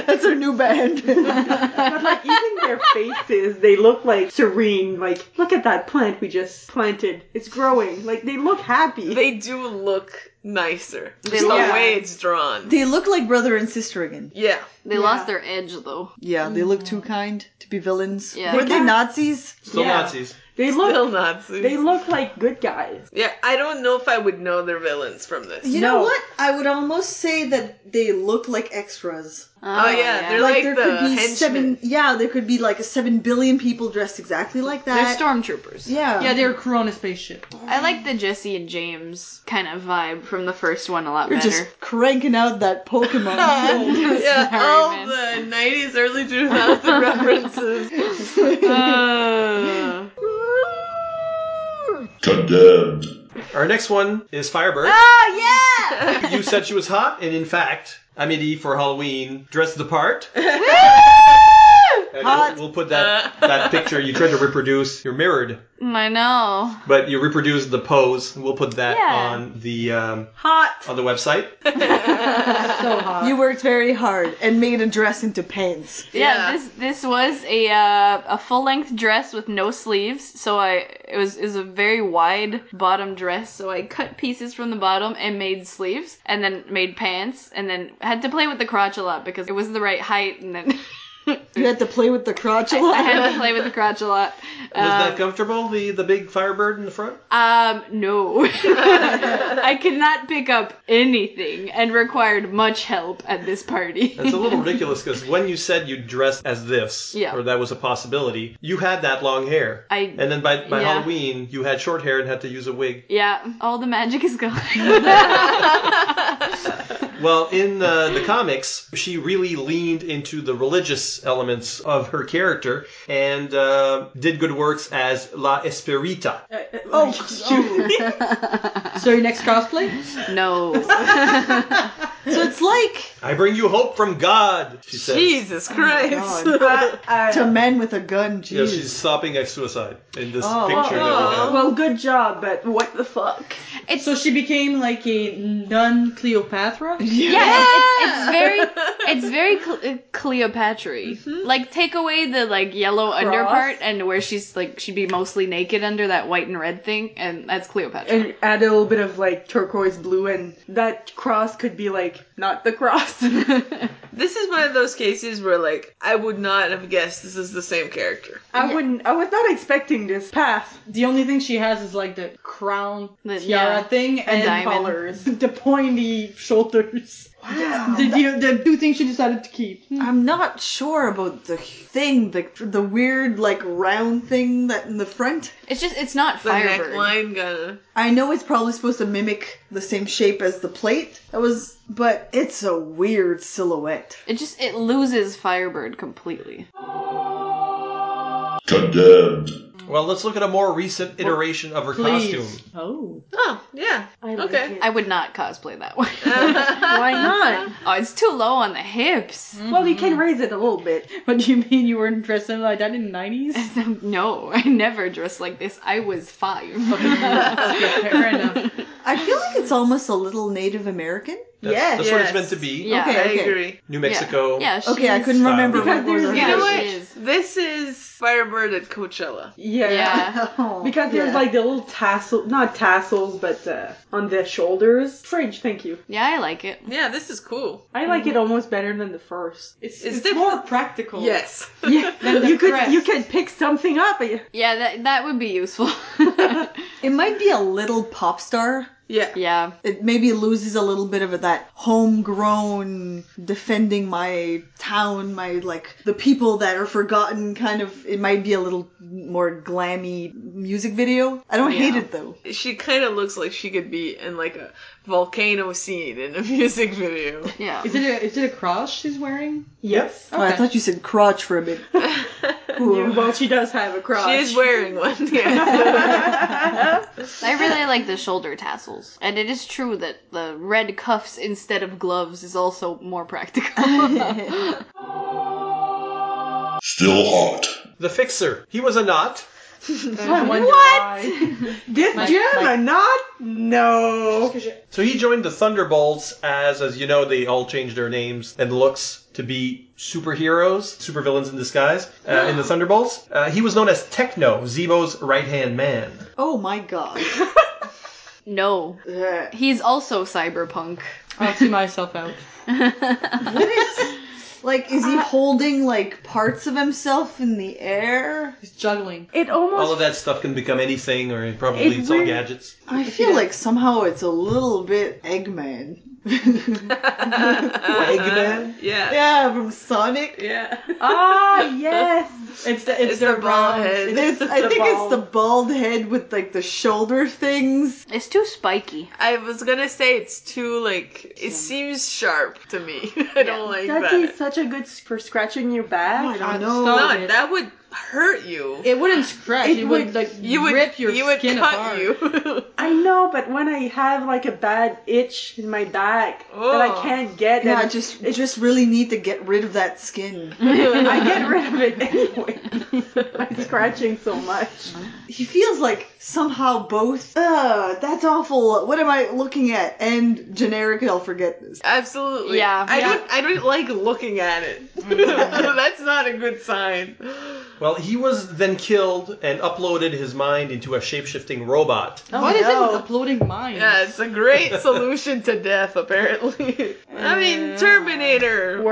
that's our new band.
but like even their faces, they look like serene. Like look at that plant we just planted. It's growing. Like they look happy.
they do look nicer. Just the
look-
way it's drawn.
they look like brother and sister again.
Yeah.
They lost their edge though.
Yeah, they look too kind to be villains.
Yeah.
Were they Nazis?
Still
Yeah.
Nazis.
they
Still
look.
Nazis.
They look like good guys.
yeah, I don't know if I would know they're villains from this.
You know
No.
what? I would almost say that they look like extras.
Oh, yeah, they're like,
there
the
could be
henchmen.
seven. Yeah, there could be like seven billion people dressed exactly like
They're
that.
stormtroopers.
yeah.
Yeah, they're crew on a spaceship.
I like the Jesse and James kind of vibe from the first one a lot
You're
better.
just cranking out that
(laughs)
Pokemon. (laughs)
yeah,
Sorry,
all
man.
the 90s, early 2000 references.
Uh,
Condemned.
Our next one is Firebird.
oh yeah!
you said she was hot, and in fact, Amity for Halloween dressed the
(laughs)
part. And
Hot.
We'll, we'll put that that picture you tried to reproduce. You're mirrored,
I know.
but you reproduced the pose. We'll put that
Yeah.
on the um,
Hot.
on the website.
So hot.
you worked very hard and made a dress into pants.
Yeah,
Yeah.
this this was a uh, a full length dress with no sleeves, so I it was is a very wide bottom dress. So I cut pieces from the bottom and made sleeves, and then made pants, and then had to play with the crotch a lot because it was the right height, and then (laughs)
You had to play with the crotch a
I
lot.
had to play with the crotch a lot.
Was
Um,
that comfortable? The the big Firebird in the front.
Um, (laughs) no. I could not pick up anything and required much help at this party.
It's a
(laughs)
little ridiculous because when you said you dressed as this,
Yeah.
or that was a possibility, you had that long hair.
I-
and then by, by
yeah.
Halloween, you had short hair and had to use a wig.
yeah, all the magic is (laughs) gone.
Well, in uh, the comics, she really leaned into the religious elements of her character and uh, did good works as La Esperita.
(laughs) Oh, shoot.
So your next cosplay?
no.
so it's like
I bring you hope from God, she said.
Jesus
(laughs)
Christ.
to men with a gun. Jeez.
Yeah, she's stopping a suicide in this
Oh.
picture. that we have.
Well, good job, but what the fuck?
So she became like a nun Cleopatra.
Yeah, it's, it's very, it's very Cle- Cleopatra. Like, take away the like yellow underpart and where she's like she'd be mostly naked under that white and red thing, and that's Cleopatra.
And add a little bit of like turquoise blue, and that cross could be like not the cross.
This is one of those cases where, like, I would not have guessed this is the same character.
I wouldn't. I was not expecting this pass.
The only thing she has is like the crown
The-
tiara
yeah.
thing and
diamond.
collars, (laughs) the pointy shoulders. The, the, the two things she decided to keep. Hmm.
I'm not sure about the thing, the the weird like round thing that in the front.
It's just it's not
The
Firebird.
neckline gonna.
I know it's probably supposed to mimic the same shape as the plate. That was, but it's a weird silhouette.
It just it loses Firebird completely.
Condemned.
Well, let's look at a more recent iteration of her costume.
Oh.
Oh, yeah.
(laughs)
okay.
I would not cosplay that one.
(laughs)
(laughs)
(laughs)
Why not?
oh, it's too low on the hips.
Well, you can raise it a little bit.
What do you mean you weren't dressing like that in the 90s? (laughs)
No, I never dressed like this. I was five.
Fair enough.
I feel like it's almost a little Native American.
That's,
Yes.
that's what it's
Yes.
meant to be.
Yeah.
I
Okay, okay.
agree.
New Mexico.
Yeah, she
Okay, I
is.
couldn't remember
Because
what was
there's-
her
You
Yeah,
know
she
what?
is.
This is Firebird at Coachella.
Yeah.
Yeah.
Oh,
Because there's
yeah.
like the little tassel, not tassels, but uh, on the shoulders. Fringe, thank you.
Yeah, I like it.
Yeah, this is cool.
I like it almost better than the first.
It's,
It's
it's,
different.
more practical.
Yes.
Yeah,
Than the
you could
crest.
you could pick something up.
Yeah, that that would be useful. (laughs)
it might be a little pop star.
(laughs) yeah.
yeah.
It maybe loses a little bit of that homegrown defending my town, my like the people that are forgotten kind of. It might be a little more glammy music video. I don't hate it though.
She kind of looks like she could be in like a volcano scene in a (laughs) music video.
Yeah.
Is it a is it a cross she's wearing?
Yes.
Oh, I thought you said crotch for a bit.
Well, she does have a cross.
She is wearing one. Yeah.
I really like the shoulder tassels. And it is true that the red cuffs instead of gloves is also more
(laughs)
practical.
Still hot.
The Fixer. He was a knot.
what?
Did Jim or not? No.
So he joined the Thunderbolts as, as you know, they all changed their names and looks to be superheroes, supervillains in disguise. Uh, in the Thunderbolts, uh, he was known as Techno, Zebo's right hand man.
oh my god.
no.
Ugh.
He's also cyberpunk.
I'll see myself out.
What is like? Is he holding like parts of himself in the air?
He's juggling.
It almost
All of that stuff can become anything, or probably
It
it's all
weird-
gadgets.
I feel like somehow it's a little bit Eggman.
Eggman?
(laughs) yeah.
yeah, from Sonic.
Yeah.
ah yes.
It's the
It's the bald head. (laughs)
It's, I
The
think
bald.
it's the bald head with like the shoulder things.
(laughs) It's too spiky.
I was gonna say it's too like it seems sharp to me. (laughs) I don't like
That'd
that.
be such a good s- for scratching your back.
I don't
so-
know.
No,
it.
that would hurt you.
It wouldn't scratch. It,
It
would,
would-
like
you would
rip your
you would
skin
cut
apart.
you. (laughs)
I know, but when I have like a bad itch in my back that
Oh.
I can't get,
Yeah, I
and
just I just really need to get rid of that skin.
(laughs) I get rid of (laughs) it anyway. I'm scratching so much.
he feels like somehow both. Ugh, that's awful. What am I looking at? And generic. I'll forget this.
Absolutely.
Yeah.
I
Yeah.
don't I don't like looking at it. (laughs)
Mm-hmm.
That's not a good sign.
Oh,
Well, he was then killed and uploaded his mind into a shape shifting robot.
What is
no.
Oh,
Oh.
it with uploading mine?
Yeah, it's a great solution to death apparently.
Mm.
I mean Terminator. (laughs)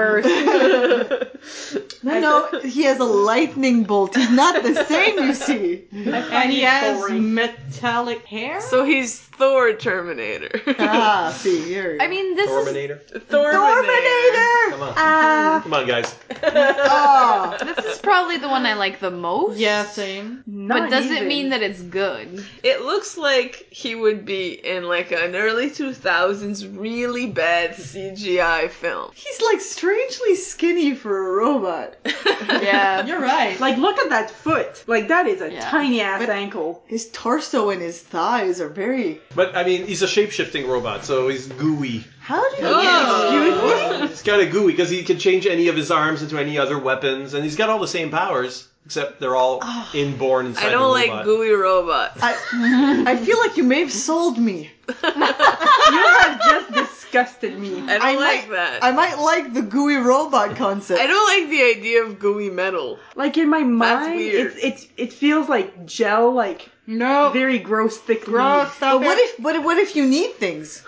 No, no, he has a lightning bolt. He's not the same, you see.
And he has metallic hair.
so he's Thor Terminator. (laughs)
Ah, see, here.
I mean, this is
Terminator.
Thor
Come on.
Ah,
Come on, guys.
(laughs)
Ah.
oh.
this is probably the one I like the most.
Yeah, same.
But does it mean that it's good?
It looks like he would be in like an early 2000s really bad CGI film.
He's like strangely skinny for a robot.
(laughs)
(laughs) Yeah.
You're right.
Like, look at that foot. Like, that is a
Yeah.
tiny ass ankle.
His torso and his thighs are very.
But, I mean, he's a shape shifting robot, so he's gooey.
How do you?
Oh.
He's kind of gooey because he can change any of his arms into any other weapons, and he's got all the same powers, except they're all inborn inside
I don't
the
like
robot.
gooey robots.
I, I feel like you may have sold me.
You have just disgusted me.
I don't
I
like
might-
that.
I might like the gooey robot concept.
I don't like the idea of gooey metal.
Like, in my mind,
weird.
it's, it's, it feels like gel, like,
no.
very gross, thick
Bro,
leaves.
stop
But what
it.
if what if, what if you need things?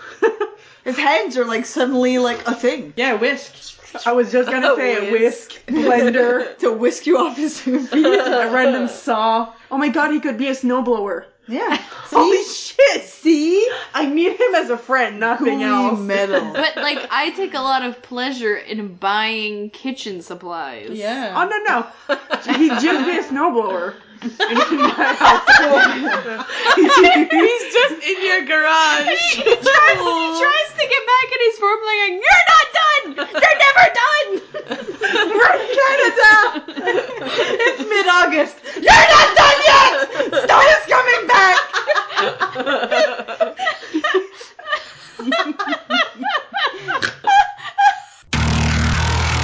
His hands are like suddenly like a thing
Yeah, whisk.
I was just
(laughs)
gonna say a
Whisk.
whisk, blender,
to whisk you off his feet.
a random saw. Oh my god, he could be a snowblower. (laughs)
Yeah.
Holy
See?
shit!
See?
I need him as a friend, nothing
Gooey
else.
metal.
But like, I take a lot of pleasure in buying kitchen supplies.
Yeah.
Oh no no! He'd just be a snowblower. In my household.
(laughs) He's just in your garage.
He tries, he tries to get back in his form like, you're not done! You're never done!
We're in
(laughs)
Canada! it's mid August!
You're not done yet!
Snow is coming back!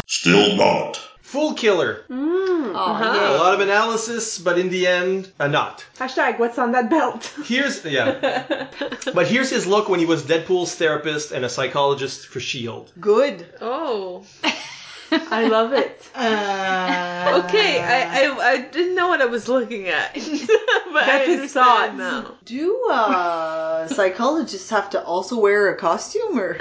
Still not.
Fool Killer. A
Oh,
Hmm.
Uh-huh.
lot of analysis, but in the end, a not.
Hashtag what's on that belt?
Here's
(laughs)
yeah. but here's his look when he was Deadpool's therapist and a psychologist for Shield.
Good.
Oh.
(laughs) I love it.
Okay, I, I I didn't know what I was looking at. (laughs) but I
That's his
understand (laughs)
thoughts.
now.
Do uh, psychologists have to also wear a costume, or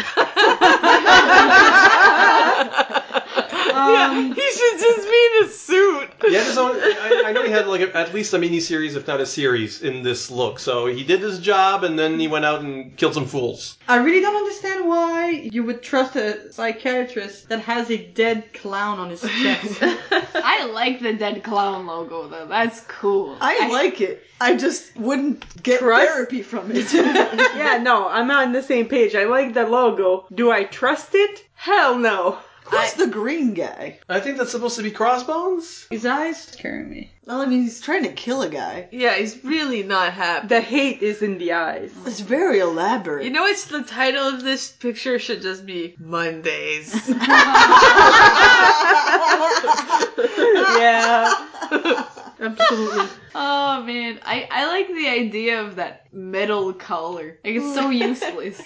yeah, he should just be in a suit.
He had his own. I, I know he had like at least a mini series, if not a series, in this look. So he did his job, and then he went out and killed some fools.
I really don't understand why you would trust a psychiatrist that has a dead clown on
(laughs)
his chest.
I like the dead clown logo though. That's cool.
I like it. I just wouldn't get therapy from it.
Yeah, no, I'm on the same page. I like the logo. Do I trust it? Hell no.
Who's the green guy?
I think that's supposed to be Crossbones.
his eyes scare me.
Well, I mean, he's trying to kill a guy.
Yeah, he's really not happy.
The hate is in the eyes.
It's very elaborate.
You know, it's the title of this picture should just be Mondays.
yeah.
Absolutely.
Oh man, I, I like the idea of that metal collar. Like it's so useless.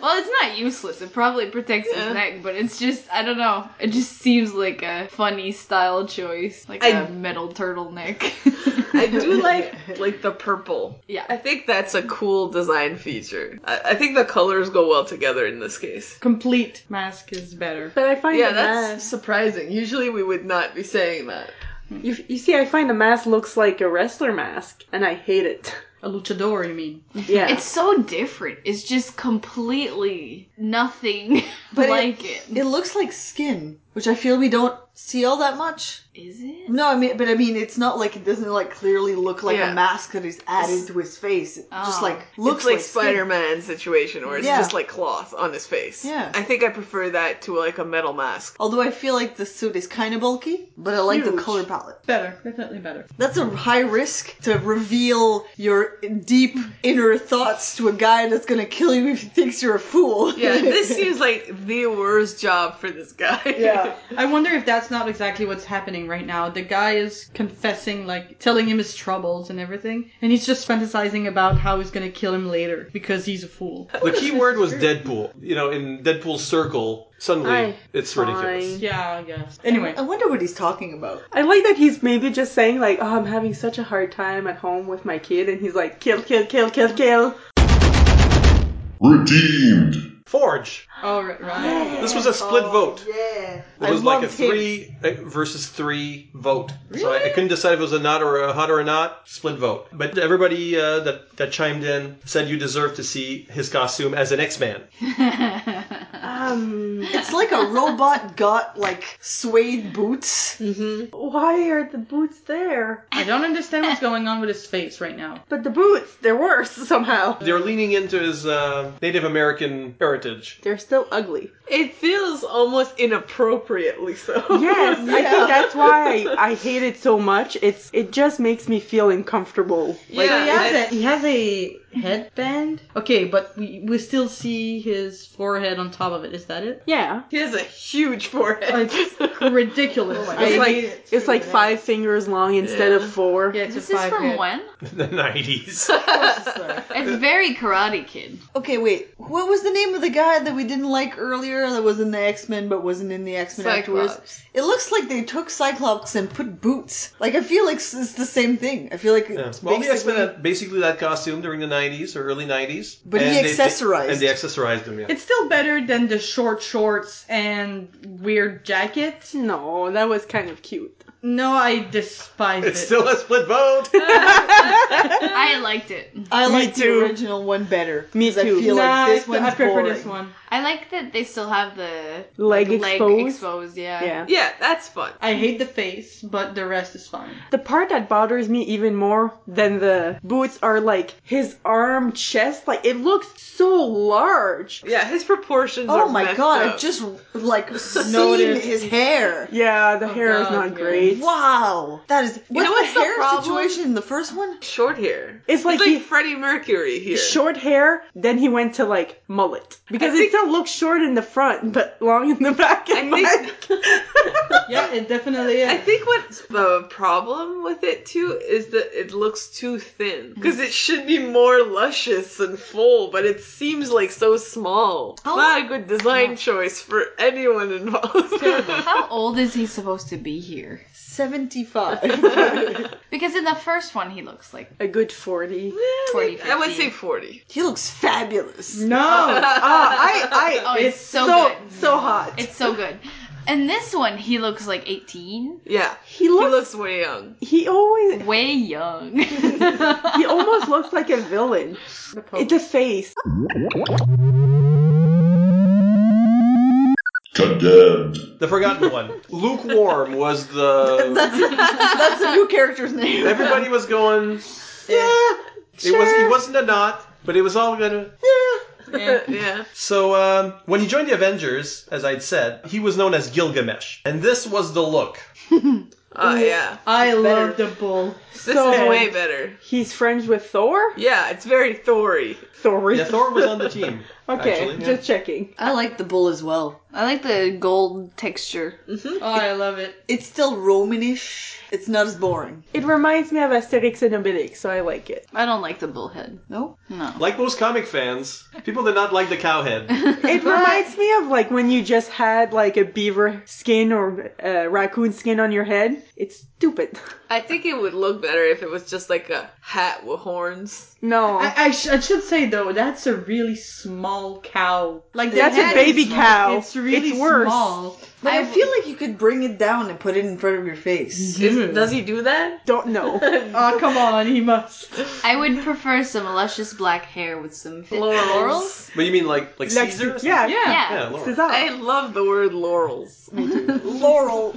well, it's not useless. It probably protects his neck, but it's just I don't know. It just seems like a funny style choice, like a
I-
metal turtleneck.
(laughs) I do
(laughs)
like like the purple.
Yeah.
I think that's a cool design feature. I, I think the colors go well together in this case.
Complete mask is better.
But I find
Yeah,
the
that's
mask.
surprising. Usually we would not be saying that.
You, you see, I find the mask looks like a wrestler mask, and I hate it.
A luchador, you mean?
Yeah.
It's so different. It's just completely nothing
But it-
like it.
it looks like skin, which I feel we don't see all that much.
Is it?
No, I mean, but I mean, it's not like it doesn't like clearly look like
Yeah.
a mask that he's added to his face. It just
Ah.
Oh.
like looks
it's like,
skin.
Spider-Man situation where it's
Yeah.
just like cloth on his face.
Yeah.
I think I prefer that to like a metal mask.
Although I feel like the suit is kind of bulky, but I like the
Huge.
color palette.
Better, definitely better.
That's a high risk to reveal your deep inner thoughts to a guy that's gonna kill you if he thinks you're a fool.
(laughs) Yeah, this
(laughs)
seems like the worst job for this guy.
Yeah.
I wonder if that's not exactly what's happening right now. The guy is confessing, like telling him his troubles and everything, and he's just fantasizing about how he's gonna kill him later because he's a fool.
The key word was Deadpool. You know, in Deadpool's circle, suddenly
Aye.
it's ridiculous.
Fine.
Yeah, I guess. Anyway,
I wonder what he's talking about.
I like that he's maybe just saying like, "Oh, I'm having such a hard time at home with my kid," and he's like, "Kill, kill, kill, kill, kill."
Redeemed.
Forge.
all Oh, right, right.
This was a split
Oh,
vote.
Yeah.
It was like a three uh, versus three vote. So I, I couldn't decide if it was a not or a hot or a not split vote. But everybody uh, that that chimed in said you deserve to see his costume as an X Man.
Um,
It's like a robot got like suede boots.
Mm-hmm.
why are the boots there?
I don't understand what's going on with his face right now.
But the
(laughs)
boots—they're worse somehow.
They're leaning into his uh, Native American heritage.
They're still ugly.
It feels almost inappropriately so.
Yes, (laughs) I think that's why I, I hate it so much. It's it just makes me feel uncomfortable.
Yeah,
Like,
He has a, he has a headband. Okay, but we, we still see his forehead on top of it. Is that it?
yeah.
He has a huge forehead.
It's ridiculous.
It's
I
like
hate it.
it's like five fingers long instead
Yeah.
of four.
Yeah, it's
This
a
is
five
from
head.
when?
(laughs) the nineties.
It's very Karate Kid.
Okay, wait. What was the name of the guy that we didn't like earlier that was in the X Men but wasn't in the X Men afterwards?
Cyclops.
It looks like they took Cyclops and put boots. Like I feel like s- it's the same thing. I feel like it's
Well, the X Men
basically-
had basically that costume during the nineties or early nineties.
But he accessorized.
and they accessorized him. Yeah.
It's still better than the short shorts and weird jacket.
No, that was kind of cute.
No, I despise
It's
it.
still a split vote.
I liked it.
I like the
uh, too.
original one better.
Me
'cause I
too.
feel
Nah,
like this
I still-
one's
I prefer
boring.
this one.
I like that they still have the
Leg exposed.
exposed, yeah.
Yeah.
(laughs) yeah, that's fun.
I hate the face, but the rest is fine.
The part that bothers me even more than the boots are like his arm, chest. Like it looks so large.
Yeah, his proportions are
Oh my
messed
god!
up.
(laughs)
I've just like seen
Noticed.
his hair.
Yeah, the hair is
God,
not
yeah.
great. Right.
Wow, that is. What's
know what's
the
the
hair
problem?
situation in the first one?
Short hair.
It's like
He's like
he-
Freddie Mercury here.
Short hair, then he went to like mullet because it still looks short in the front but long in the back.
I
And
(laughs)
(laughs)
think-
back.
Yeah, it definitely is.
I think what's the problem with it too is that it looks too thin because it should be more luscious and full, but it seems like so small. Not a good design choice for anyone involved. (laughs)
(laughs) How old is he supposed to be here?
Seventy-five.
Because in the first one, he looks like
(laughs) a good forty.
40,
I would
50.
say forty.
he looks fabulous.
No,
(laughs)
Ah, I, I,
Oh, it's so
so,
good.
so hot.
It's so good. And this one, he looks like 18.
Yeah,
he
he
looks, he
looks way young.
always,
Way
(laughs)
young.
he almost looks like a
(laughs)
villain. It's a face.
Condemned.
(laughs) The forgotten one. Lukewarm was the.
(laughs) That's that's the new character's name.
Everybody was going. Yeah. It was. He wasn't a knot, but it was all gonna.
Yeah, (laughs) yeah.
So um, when he joined the Avengers, as I'd said, he was known as Gilgamesh, and this was the look.
Oh yeah.
I love the bull.
This
So-
is way better.
He's friends with Thor.
Yeah, it's very Thory.
Thor.
Yeah, Thor was on the team.
okay,
actually.
just checking.
I like the bull as well.
I like the gold texture.
Oh, I love it.
It's still Romanish. It's not as boring.
It reminds me of Asterix and Obelix, so I
(laughs)
like it.
I don't like the bullhead.
No.
No.
Like most comic fans, people did not like the cowhead.
It reminds me of like when you just had like a beaver skin or uh, raccoon skin on your head. It's stupid.
I think it would look better if it was just like a hat with horns.
No,
I, I, sh- I should say though, that's a really small cow. Like the
that's a
head
baby
is-
cow.
It's really
It's worse.
small.
But I,
I-
feel like you could bring it down and put it in front of your face.
Is, does he do that?
don't (laughs) know.
Oh come on, he must.
I would prefer some luscious black hair with some
Laurels.
laurels.
But you mean like like
Like,
Caesar? or something?
yeah,
Yeah.
Yeah,
Yeah.
Laura.
Cesar.
I love the word laurels. (laughs)
Laurel.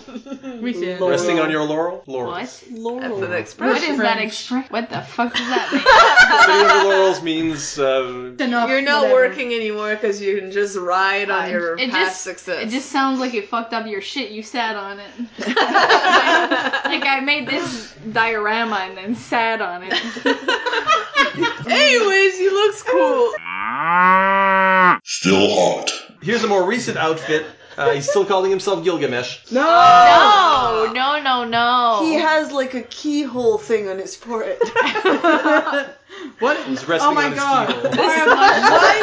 We did.
Lord.
Resting on your laurel? Laurels. (laughs)
What?
That's an expression.
What is that
French.
expression? What the fuck does
(laughs)
that mean?
Sitting on your laurels means uh,
Enough,
You're not
whatever.
working anymore because you can just ride on your
It
past
just-
success.
It just sounds like it fucked up your shit. You sat on it. like I made this diorama and then sat on it.
(laughs) Anyways, he looks cool.
Still hot.
Here's a more recent outfit. Uh, he's still calling himself Gilgamesh.
No, no, no, no.
He has like a keyhole thing on his forehead.
What?
He's resting
oh my
on his
god.
keyhole.
Why, am I- why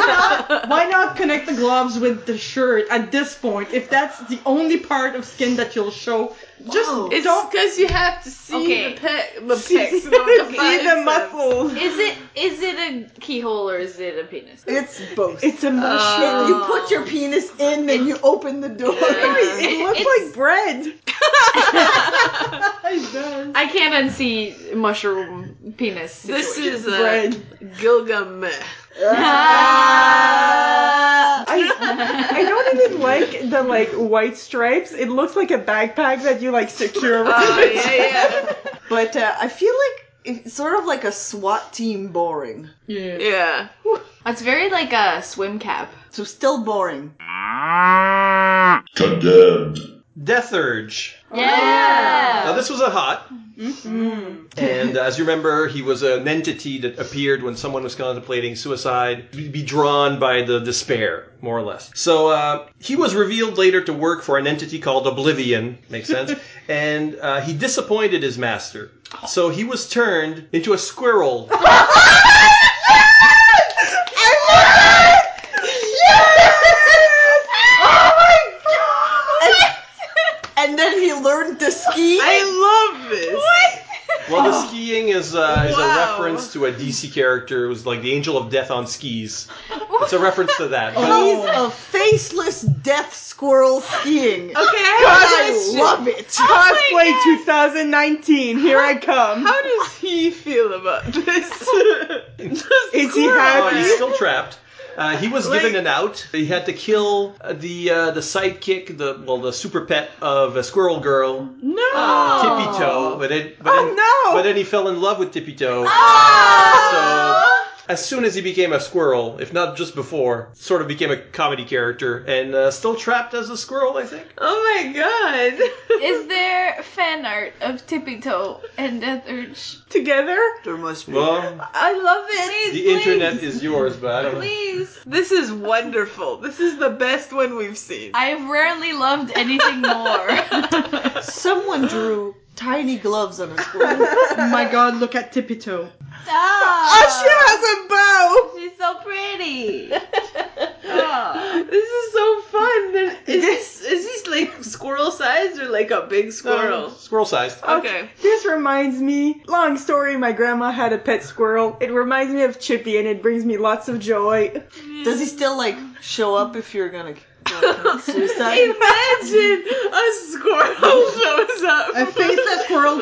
not? Why not connect the gloves with the shirt at this point? If that's the only part of skin that you'll show, just
It's
don't.
because you have to see
Okay.
the pe- the pecs, and all the
See the
biceps.
muscles.
is it is it a keyhole or is it a penis? Oh.
it's both.
It's a mushroom.
you
Oh.
put
(laughs)
your penis in and you open
(laughs)
the door. (laughs)
it looks like bread.
It does.
I can't unsee mushroom penis.
This
situation.
is
(laughs)
a
Bread.
Gilgamesh. Ah. Oh,
I, I don't even like the like white stripes. It looks like a backpack that you like (laughs) secure.
Oh, yeah, yeah,
But uh, I feel like it's sort of like a SWAT team boring.
Yeah.
yeah.
It's very like a swim cap.
So still boring.
Condemned.
Death Urge.
Yeah.
Now, this was a hot. And uh, as you remember, he was an entity that appeared when someone was contemplating suicide, to be drawn by the despair, more or less. So uh, he was revealed later to work for an entity called Oblivion, makes sense, and uh, he disappointed his master. So he was turned into a squirrel.
And then he learned to ski.
I love this.
Well, the skiing is, uh, is a
Wow.
reference to a DC character who's like the angel of death on skis. It's a reference to that. But
He's a faceless death squirrel skiing.
Okay, Oh I
I love it.
Cosplay 2019. Here I come.
How does he feel about this? Just
Is he
squirrel.
Oh,
happy?
he's still trapped. Uh, he was given an out. He had to kill uh, the uh, the sidekick, the well, the super pet of a squirrel girl,
No.
Tippy Toe. But then, but
Oh,
then,
no.
But then he fell in love with Tippy Toe. So as soon as he became a squirrel, if not just before, sort of became a comedy character and uh, still trapped as a squirrel, I think.
Oh my god.
Is there fan art of Tippy Toe and Death Urge?
Together?
There must be.
Well,
I love it.
the internet is yours, but I don't know.
Please.
This is wonderful. This is the best one we've seen.
I've rarely loved
(laughs)
anything more.
Someone drew tiny gloves on a
(laughs)
squirrel.
Oh my god, look at Tippy Toe.
she
Oh,
has a bow.
She's so (laughs) pretty.
This is so fun. Then-
(laughs)
Is this is this like squirrel sized or like a big squirrel?
Squirrel sized.
Okay.
This reminds me, long story, my grandma had a pet squirrel. It reminds me of Chippy and it brings me lots of joy.
Does he still like show up if you're gonna
(laughs)
suicide?
Imagine a
(laughs)
squirrel shows up.
A faceless squirrel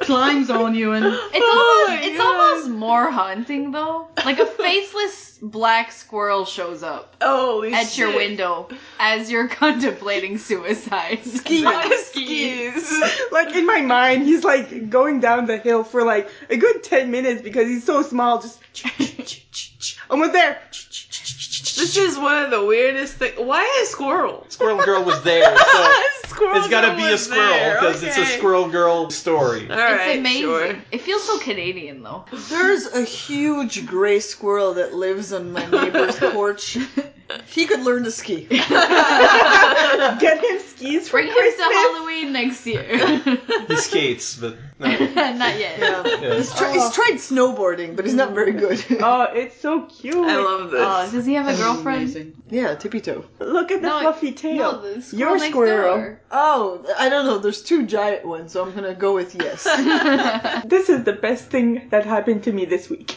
(laughs)
climbs on you and
It's
Oh
almost
my
it's
God.
almost more haunting though. Like a faceless black squirrel shows up
Holy
at your
shit.
window as you're (laughs) contemplating suicide. (laughs)
On skis.
(laughs) Like in my mind, he's like going down the hill for like a good 10 minutes because he's so small, just almost there.
This is one of the weirdest thing. Why a squirrel?
Squirrel Girl was there, (laughs) so
(laughs) squirrel
it's gotta
girl
be a
was
squirrel
there.
because it's a
Okay.
Squirrel Girl story.
All
It's
right,
amazing. (laughs)
sure. (laughs)
It feels so Canadian though.
There's a huge gray squirrel that lives on my (laughs) neighbor's porch. He could learn to ski.
Get him skis for
Bring him to
Christmas.
Halloween next year. (laughs)
He skates, but no.
Not yet.
Yeah.
He's, tri- he's tried snowboarding, but he's not very (laughs) good.
Oh, it's so cute.
I love this.
Oh, does he have a girlfriend?
Amazing.
yeah, tippy toe.
Look at the
No,
fluffy tail.
No, the squirrel
Your
next
squirrel.
door.
Oh, I don't know. There's two giant ones, so I'm gonna go with (laughs) yes.
This is the best thing that happened to me this week.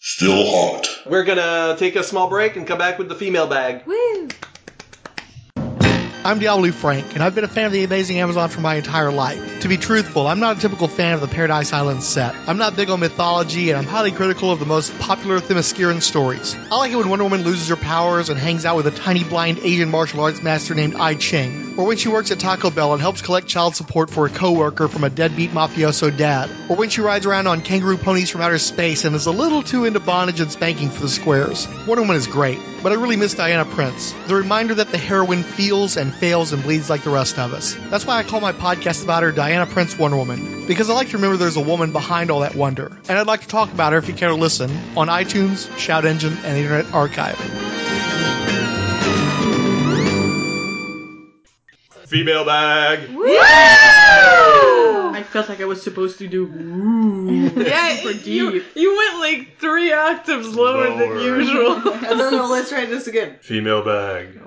Still hot.
We're gonna take a small break and come back with the female bag.
I'm Diablo Frank, and I've been a fan of the Amazing Amazon for my entire life. To be truthful, I'm not a typical fan of the Paradise Island set. I'm not big on mythology, and I'm highly critical of the most popular Themysciran stories. I like it when Wonder Woman loses her powers and hangs out with a tiny blind Asian martial arts master named Ai Ching, or when she works at Taco Bell and helps collect child support for a coworker from a deadbeat mafioso dad, or when she rides around on kangaroo ponies from outer space and is a little too into bondage and spanking for the squares. Wonder Woman is great, but I really miss Diana Prince. The reminder that the heroine feels and fails and bleeds like the rest of us. That's why I call my podcast about her Diana Prince Wonder Woman, because I like to remember there's a woman behind all that wonder. And I'd like to talk about her if you care to listen on iTunes, Shout Engine, and the Internet Archive.
Female bag.
I felt like I was supposed to do woo.
yeah,
Super
you,
deep.
you went like three octaves lower,
Lower.
than usual.
I don't know. Let's try this again.
Female bag. (laughs)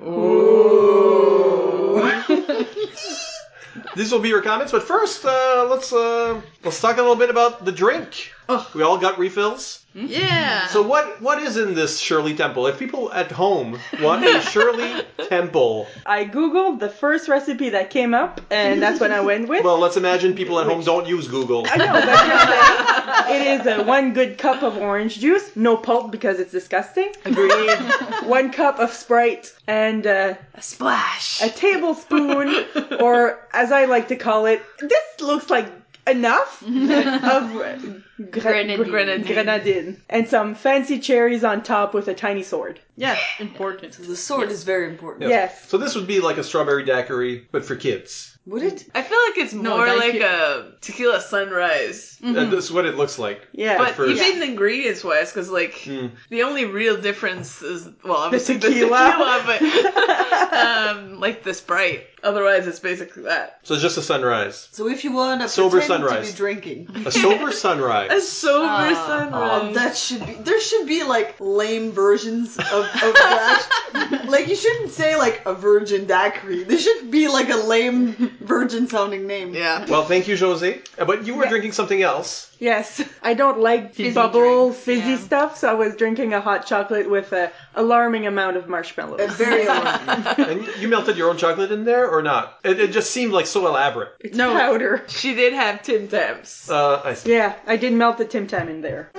These will be your comments, but first, uh, let's uh, let's talk a little bit about the drink. We all got refills.
Hmm? yeah.
So what what is in this Shirley Temple? If people at home want
(laughs)
a Shirley Temple,
I googled the first recipe that came up, and that's what I went with.
well, let's imagine people at home don't use Google.
I know, but just that it is a one good cup of orange juice, no pulp because it's disgusting. Agreed. (laughs) one cup of Sprite and uh,
a splash.
a tablespoon, or as I like to call it, this looks like enough of
Grenadine.
grenadine. grenadine and some fancy cherries on top with a tiny sword.
Yeah, important.
The sword is very important.
Yes.
So this would be like a strawberry daiquiri, but for kids.
Would it?
I feel like it's more
thank
like
you.
a tequila sunrise.
And this is what it looks like.
Yeah.
But
first.
even ingredients wise, because like
Mm.
the only real difference is well, obviously the
tequila.
tequila,
(laughs)
but um, like the Sprite. Otherwise, it's basically that
So it's just a sunrise,
So if you want to
Sober
pretend
sunrise.
to be drinking, um,
a sober
a
sunrise.
sober sunrise.
that should be. There should be like lame versions of, of (laughs) that. like you shouldn't say like a virgin daiquiri. There should be like a lame virgin sounding name.
yeah.
Well, thank you, Jose. Uh, But you were drinking something else.
Yes, I don't like
Fizzy
bubble
drinks,
fizzy
yeah.
stuff, so I was drinking a hot chocolate with an alarming amount of marshmallows.
A (laughs) Very alarming.
And you melted your own chocolate in there or not? It, it just seemed like so elaborate.
It's powder.
She did have Tim Tams.
Uh, I see.
Yeah, I did melt the Tim Tam in there.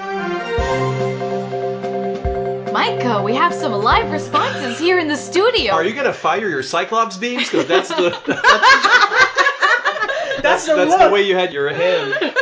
(laughs) Micah, we have some live responses here in the studio.
Are you gonna fire your Cyclops beams? Because that's (laughs) the that's,
That's,
that's the way you had your hand.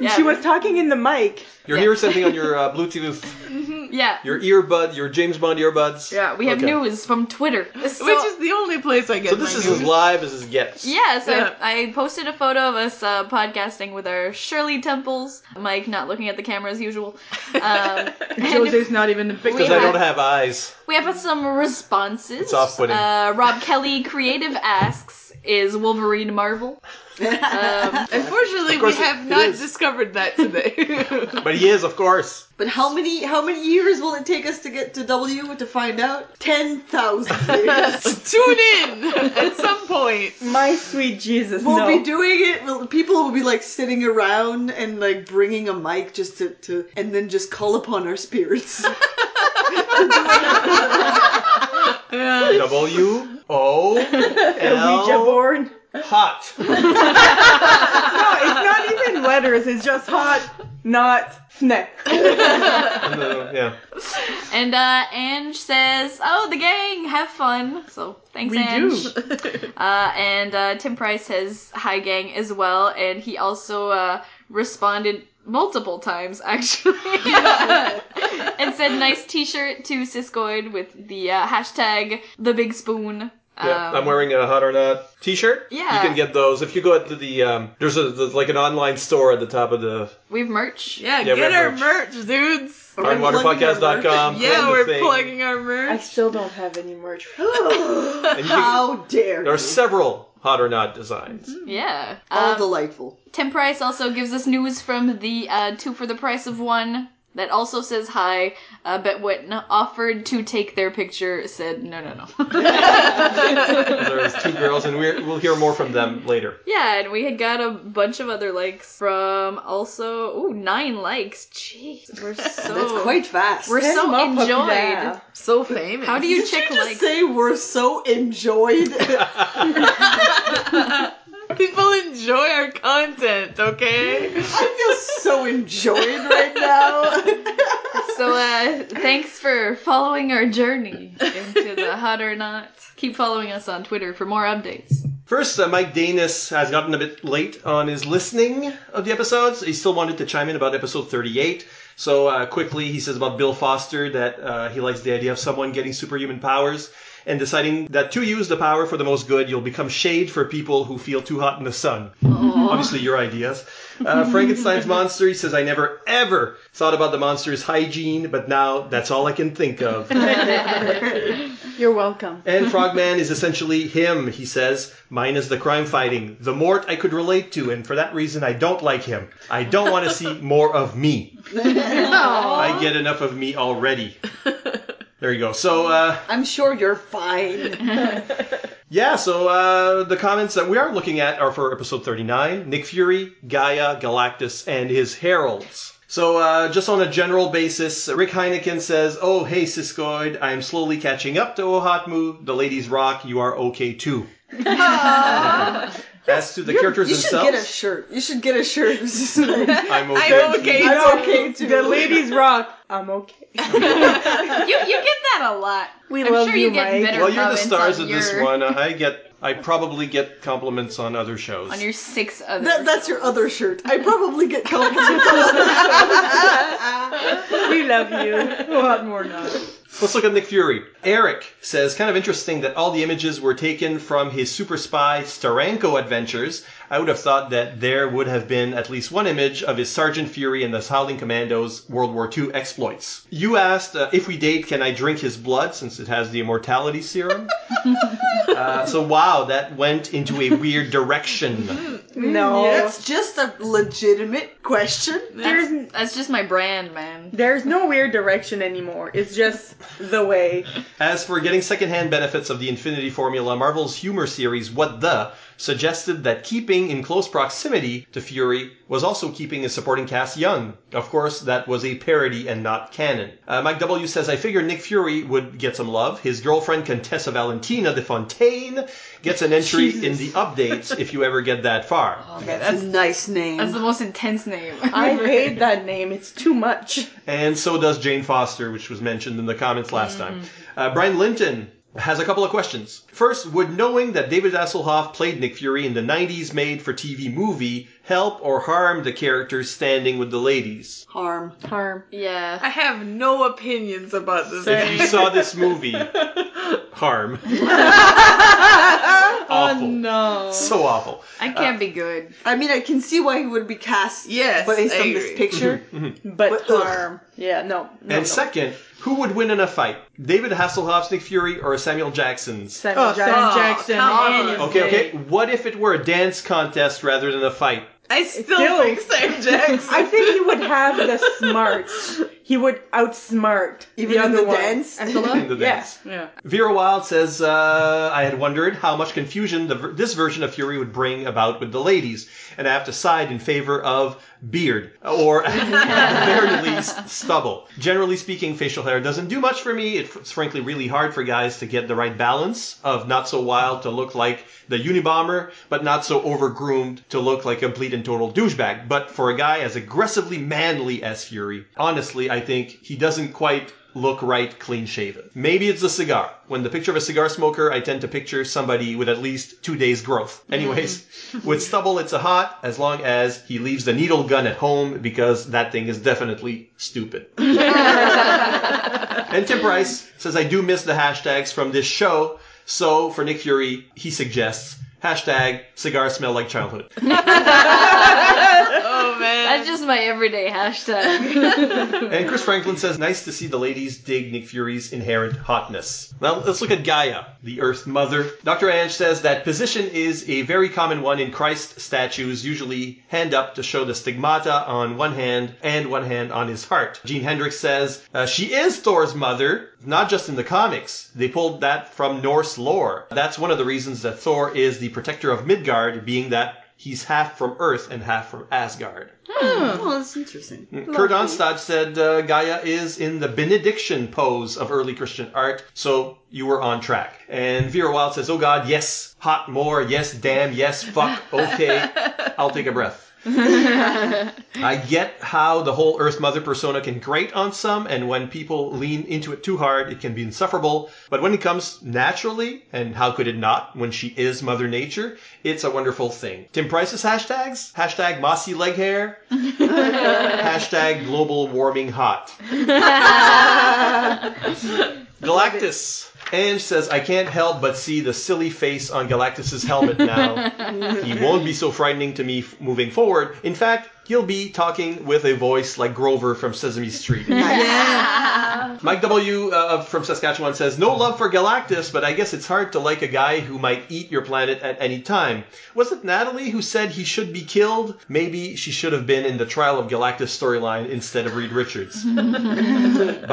Yeah,
she was talking in the mic.
You're hearing something on your uh, Bluetooth,
Yeah.
your earbud, your James Bond earbuds.
Yeah, we have
Okay.
news from Twitter. So,
which is the only place I get.
So this
my
is
news.
as live as it gets.
yes,
Yeah.
I, I posted a photo of us uh, podcasting with our Shirley Temples, Mike not looking at the camera as usual.
(laughs)
Um, and
Jose's not even a big.
We
Because I
had-
don't have eyes.
we have some responses.
It's off-putting.
Uh, Rob Kelly Creative asks, "Is Wolverine Marvel?"
Uh,
Um,
Unfortunately,
Of course
we
it-
have
it
not
is.
discovered that
(laughs)
today. (laughs)
But he is, of
(laughs)
course.
But how many how many years will it take us to get to W to find out? Ten thousand (laughs) years.
Tune in at some point.
My sweet Jesus,
We'll
no.
be doing it. we'll- People will be like sitting around and like bringing a mic just to, to and then just call upon our
(laughs)
spirits.
W O
(laughs)
Ouija
L
board. (laughs)
hot.
No, it's not even letters. It's just hot, not
(laughs)
snack.
Uh, yeah.
and uh, Ange says, "Oh, the gang, have fun." So thanks,
We
Ange.
do.
Uh, and uh, Tim Price says hi gang as well, and he also uh, responded multiple times (laughs) actually,
(laughs)
and said nice T-shirt to Siskoid with the uh, hashtag the big spoon.
Yeah,
Um,
I'm wearing a hot or not T-shirt.
Yeah.
you can get those if you go to the um, there's a there's like an online store at the top of the
we have merch.
Yeah,
Yeah, we
get
have
our merch, dudes.
(laughs)
hardwaterpodcast.com.
Yeah,
and the
we're
thing.
plugging our merch.
I still don't have any merch.
And you can,
how dare
there are
you.
several hot or not designs.
Yeah.
All
Um,
delightful.
Tim Price also gives us news from the uh, two for the price of one that also says hi, uh, but when offered to take their picture, said no, no, no. (laughs)
There's two girls, and we're, we'll hear more from them later.
yeah, and we had got a bunch of other likes from also ooh nine likes. Jeez, we're
(laughs)
so
That's quite fast.
we're so
more
enjoyed.
popular.
so famous.
How do you
Did
check
you just
likes?
say we're so enjoyed? (laughs)
(laughs) People enjoy our content, okay?
I feel so enjoyed right now.
so uh, thanks for following our journey into
(laughs)
the hot or not. Keep following us on Twitter for more updates.
First, uh, Mike Danis has gotten a bit late on his listening of the episodes. He still wanted to chime in about episode 38. So, uh, quickly, he says about Bill Foster that uh, he likes the idea of someone getting superhuman powers and deciding that to use the power for the most good, you'll become shade for people who feel too hot in the sun. Obviously, your ideas. Uh, Frankenstein's monster, he says, I never ever thought about the monster's hygiene, but now that's all I can think of.
You're welcome.
And Frogman is essentially him, he says, minus the crime fighting. The Mort I could relate to, and for that reason, I don't like him. I don't want to see more of me. I get enough of me already. There you go. So, uh,
I'm sure you're fine.
yeah, so uh, the comments that we are looking at are for episode 39 Nick Fury, Gaia, Galactus, and his heralds. So, uh, just on a general basis, Rick Heineken says, Oh, hey, Siskoid, I'm slowly catching up to Ohatmu. The ladies rock. You are okay too. As to the characters
You should
themselves,
get a shirt. You should get a
(laughs)
shirt.
I'm okay.
I'm okay.
I'm okay too. (laughs)
The ladies rock. I'm okay.
You you get that a lot.
We
I'm
love
sure
you,
you get
Mike.
better
Well, you're the
comments
stars
on
of this
your-
one. I get, I probably get compliments on other shows.
on your six other.
That, that's your other shirt. I probably get
(laughs)
compliments.
We love you. A lot more now.
Let's look at Nick Fury. Eric says, kind of interesting that all the images were taken from his super spy Staranko adventures. I would have thought that there would have been at least one image of his Sergeant Fury and the Howling Commandos World War II exploits. You asked, uh, if we date, can I drink his blood since it has the immortality serum? uh, so, wow, that went into a weird direction.
No.
That's just a legitimate question.
There's
That's just my brand, man.
there's no weird direction anymore. It's just the way.
As for getting secondhand benefits of the Infinity Formula, Marvel's humor series What the suggested that keeping in close proximity to Fury was also keeping his supporting cast young. Of course, that was a parody and not canon. Uh, Mike W says, I figure Nick Fury would get some love. His girlfriend, Contessa Valentina de Fontaine, gets an entry in the updates if you ever get that far.
That's a nice name.
That's the most intense name.
I hate that name. It's too much.
And so does Jane Foster, which was mentioned in the comments last time. Uh, Brian Linton has a couple of questions. First, would knowing that David Hasselhoff played Nick Fury in the 90s made for TV movie help or harm the character's standing with the ladies?
Harm.
Harm. (laughs) Yeah.
I have no opinions about this.
If you saw this movie, harm. awful.
No.
So awful.
I can't be (laughs) good.
I mean, I can see why he would be cast
Yes,
based
I
on this
agree.
(laughs)
picture.
But
But, ugh.
harm. Yeah, no. no
Mm-hmm. and
no.
second, who would win in a fight? David Hasselhoff's Nick Fury or Samuel Jackson's?
Samuel Oh, Jackson.
Sam
Jackson,
come
any
on.
of
Okay,
Hey.
okay. What if it were a dance contest rather than a fight?
I still
Still.
think Sam Jackson.
I think he would
(laughs)
have the
(laughs)
smarts. He would outsmart
Even
the
in
other
the
one.
dance?
(laughs)
Angela?
In the
yes.
dance. Vera Wild says, uh, I had wondered how much confusion the, ver- this version of Fury would bring about with the ladies, and I have to side in favor of beard, or (laughs) at the very least, stubble. Generally speaking, facial hair doesn't do much for me. It's frankly really hard for guys to get the right balance of not so wild to look like the Unibomber, but not so overgroomed to look like a complete and total douchebag. But for a guy as aggressively manly as Fury, honestly, I think he doesn't quite look right clean shaven. Maybe it's the cigar. When the picture of a cigar smoker, I tend to picture somebody with at least two days growth. Anyways, (laughs) with stubble, it's a hot as long as he leaves the needle gun at home because that thing is definitely stupid. and Tim Price says, I do miss the hashtags from this show. So for Nick Fury, he suggests hashtag cigar smell like childhood.
(laughs) oh man.
That's just my everyday hashtag.
(laughs)
(laughs)
And Chris Franklin says, nice to see the ladies dig Nick Fury's inherent hotness. Now, let's look at Gaia, the Earth Mother. Dr. Ange says that position is a very common one in Christ statues, usually hand up to show the stigmata on one hand and one hand on his heart. Gene Hendricks says, uh, she is Thor's mother, not just in the comics. They pulled that from Norse lore. That's one of the reasons that Thor is the protector of Midgard, being that he's half from Earth and half from Asgard.
Oh, that's interesting.
Kurt Onstad said uh, Gaia is in the benediction pose of early Christian art, so you were on track. And Vera Wild says, Oh God, yes, hot more, yes, damn, yes, fuck, okay, I'll take a breath. I get how the whole Earth Mother persona can grate on some, and when people lean into it too hard, it can be insufferable. But when it comes naturally, and how could it not when she is Mother Nature, it's a wonderful thing. Tim Price's hashtags? Hashtag mossy leg hair, Hashtag global warming hot. Galactus. Ange says, I can't help but see the silly face on Galactus's helmet now. he won't be so frightening to me f- moving forward. In fact, he'll be talking with a voice like Grover from Sesame Street. Mike W. Uh, from Saskatchewan says, No love for Galactus, but I guess it's hard to like a guy who might eat your planet at any time. Was it Natalie who said he should be killed? Maybe she should have been in the Trial of Galactus storyline instead of Reed Richards. (laughs) By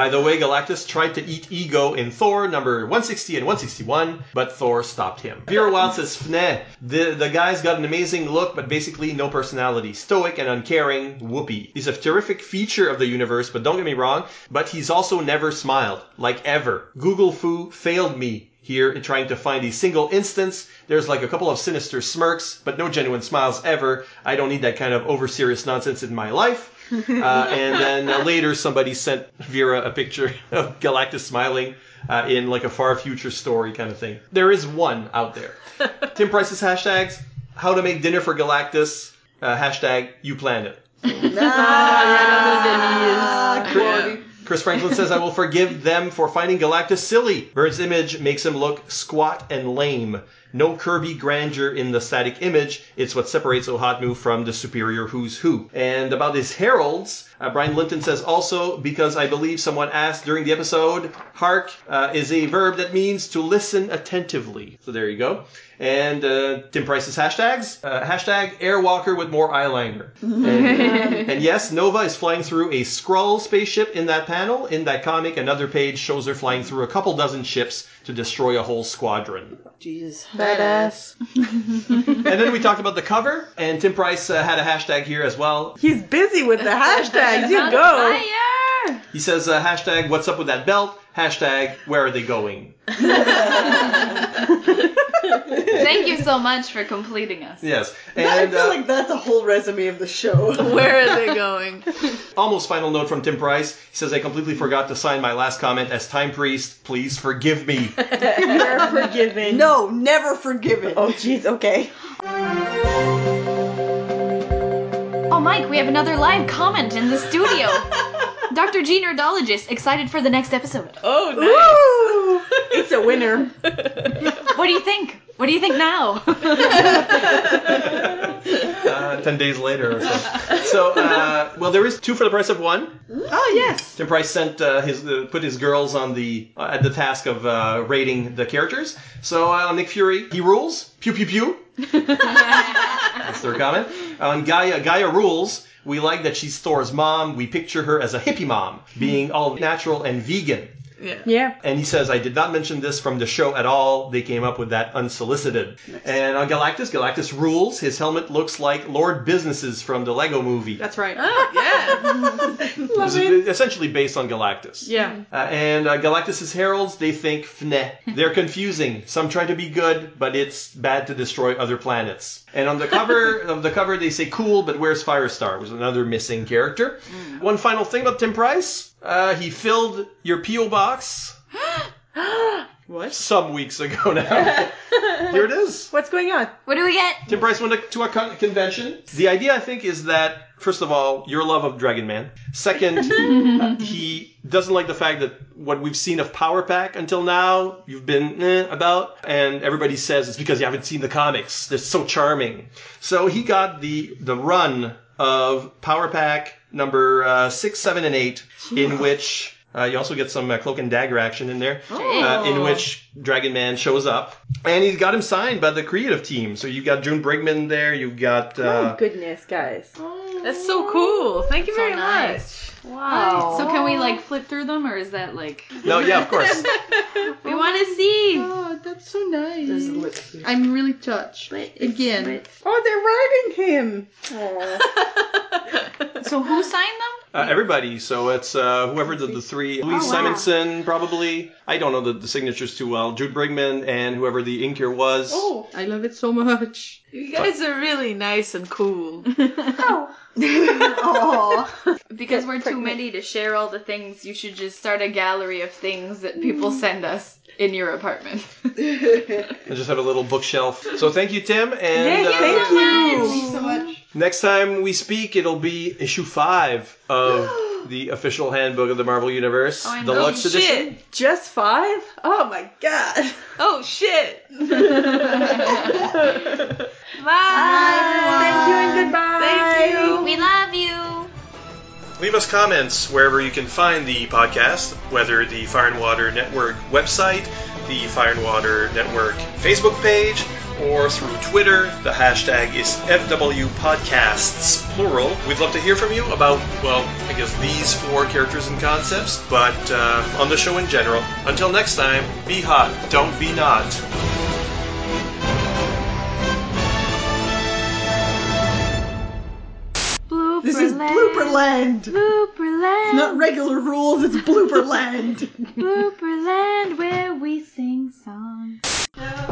the way, Galactus tried to eat Ego in Thor number 160 and 161, but Thor stopped him. Vera Wild says, Fneh, the, the guy's got an amazing look, but basically no personality. Stoic and uncaring, whoopee. He's a terrific feature of the universe, but don't get me wrong, but he's also never smiled. Like ever. Google Foo failed me. Here, in trying to find a single instance, there's like a couple of sinister smirks, but no genuine smiles ever. I don't need that kind of over serious nonsense in my life. Uh, and then uh, later, somebody sent Vera a picture (laughs) of Galactus smiling uh, in like a far future story kind of thing. There is one out there. Tim Price's hashtags: How to make dinner for Galactus. Uh, hashtag You Plan It.
Yeah.
Chris Franklin says, I will forgive them for finding Galactus silly. Bird's image makes him look squat and lame. No Kirby grandeur in the static image. It's what separates Ohadmu from the superior who's who. And about his heralds, uh, Brian Linton says also, because I believe someone asked during the episode, hark uh, is a verb that means to listen attentively. So there you go. And uh, Tim Price's hashtags. Uh, hashtag Airwalker with more eyeliner.
(laughs)
And, and yes, Nova is flying through a Skrull spaceship in that panel. In that comic, another page shows her flying through a couple dozen ships to destroy a whole squadron.
Jesus.
Badass.
and then we talked about the cover, and Tim Price uh, had a hashtag here as well.
He's busy with the hashtags. You go.
Fire!
He says, uh, hashtag what's up with that belt? Hashtag where are they going?
Thank you so much for completing us.
Yes.
I
And
feel
uh,
like that's a whole resume of the
(laughs)
show. Oh,
Where are they going?
almost final note from Tim Price. He says, I completely forgot to sign my last comment as time priest. Please forgive me.
You're forgiven.
no, never forgiven.
Oh, jeez. Okay.
Oh, Mike, we have another live comment in the
(laughs)
studio. Dr. G Nerdologist, excited for the next episode.
Oh,
It's a winner.
What do you think? What do you think now? (laughs)
Uh, 10 days later or so. So, uh, well, there is two for the price of one.
Oh yes.
Tim Price sent uh, his uh, put his girls on the uh, at the task of uh, rating the characters. So uh, Nick Fury, he rules. Pew pew pew. That's their comment. On Gaia, Gaia rules. We like that she's Thor's mom. We picture her as a hippie mom, being all natural and vegan.
Yeah.
And he says, I did not mention this from the show at all. They came up with that unsolicited. And on Galactus, Galactus rules. His helmet looks like Lord Businesses from the Lego movie.
That's right.
nice. Yeah.
It was essentially based on Galactus.
Yeah.
Uh, and uh, Galactus's heralds, they think fneh. They're confusing. Some try to be good, but it's bad to destroy other planets. And on the cover of the cover, they say cool, but where's Firestar? Was another missing character. One final thing about Tim Price. Uh, he filled your PO box. what? Some weeks ago now. Here it is.
What's going on?
what do we get?
Tim Price went to a con- convention. The idea, I think, is that first of all, your love of Dragon Man. Second, uh, he doesn't like the fact that what we've seen of Power Pack until now, you've been eh, about, and everybody says it's because you haven't seen the comics. They're so charming. So he got the the run of Power Pack number uh, six, seven, and eight, in which. Uh, you also get some uh, cloak and dagger action in there, uh, in which Dragon Man shows up, and he's got him signed by the creative team. So you've got June Brigman there, you've got uh,
oh goodness, guys.
That's so cool. Thank you
So
very
nice.
much.
Wow. So can we like flip through them or is that like
no, yeah, of course,
we want to see?
Oh, that's so nice. I'm really touched. Again.
Oh, they're riding him.
So who signed them?
Uh, everybody. So it's uh, whoever did the three. Louise Simonson, probably. I don't know the, the signatures too well. Jude Brigman and whoever the inker was.
Oh, I love it so much.
You guys are really nice and cool.
Aw.
Because we're too many to share all the things, you should just start a gallery of things that people send us in your apartment.
I just have a little bookshelf. So thank you, Tim. And
Yay,
uh,
thank you.
so much.
next time we speak, it'll be issue five of the official handbook of the Marvel Universe,
I know.
deluxe
oh
edition.
shit.
Just five? Oh my god.
Oh shit.
(laughs) Thank you and goodbye.
Thank you.
we love you.
Leave us comments wherever you can find the podcast, whether the Fire and Water Network website, the Fire and Water Network Facebook page, or through Twitter. The hashtag is FWPodcasts, plural. We'd love to hear from you about, well, I guess these four characters and concepts, but uh, on the show in general. Until next time, be hot, don't be not.
Blooper
This is
land.
blooper land.
Blooper land.
Not regular rules, it's blooper land.
Blooper land where we sing songs.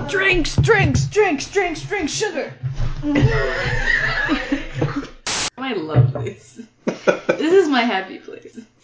Drinks, drinks, drinks, drinks, drinks, sugar.
I love this. this is my happy place.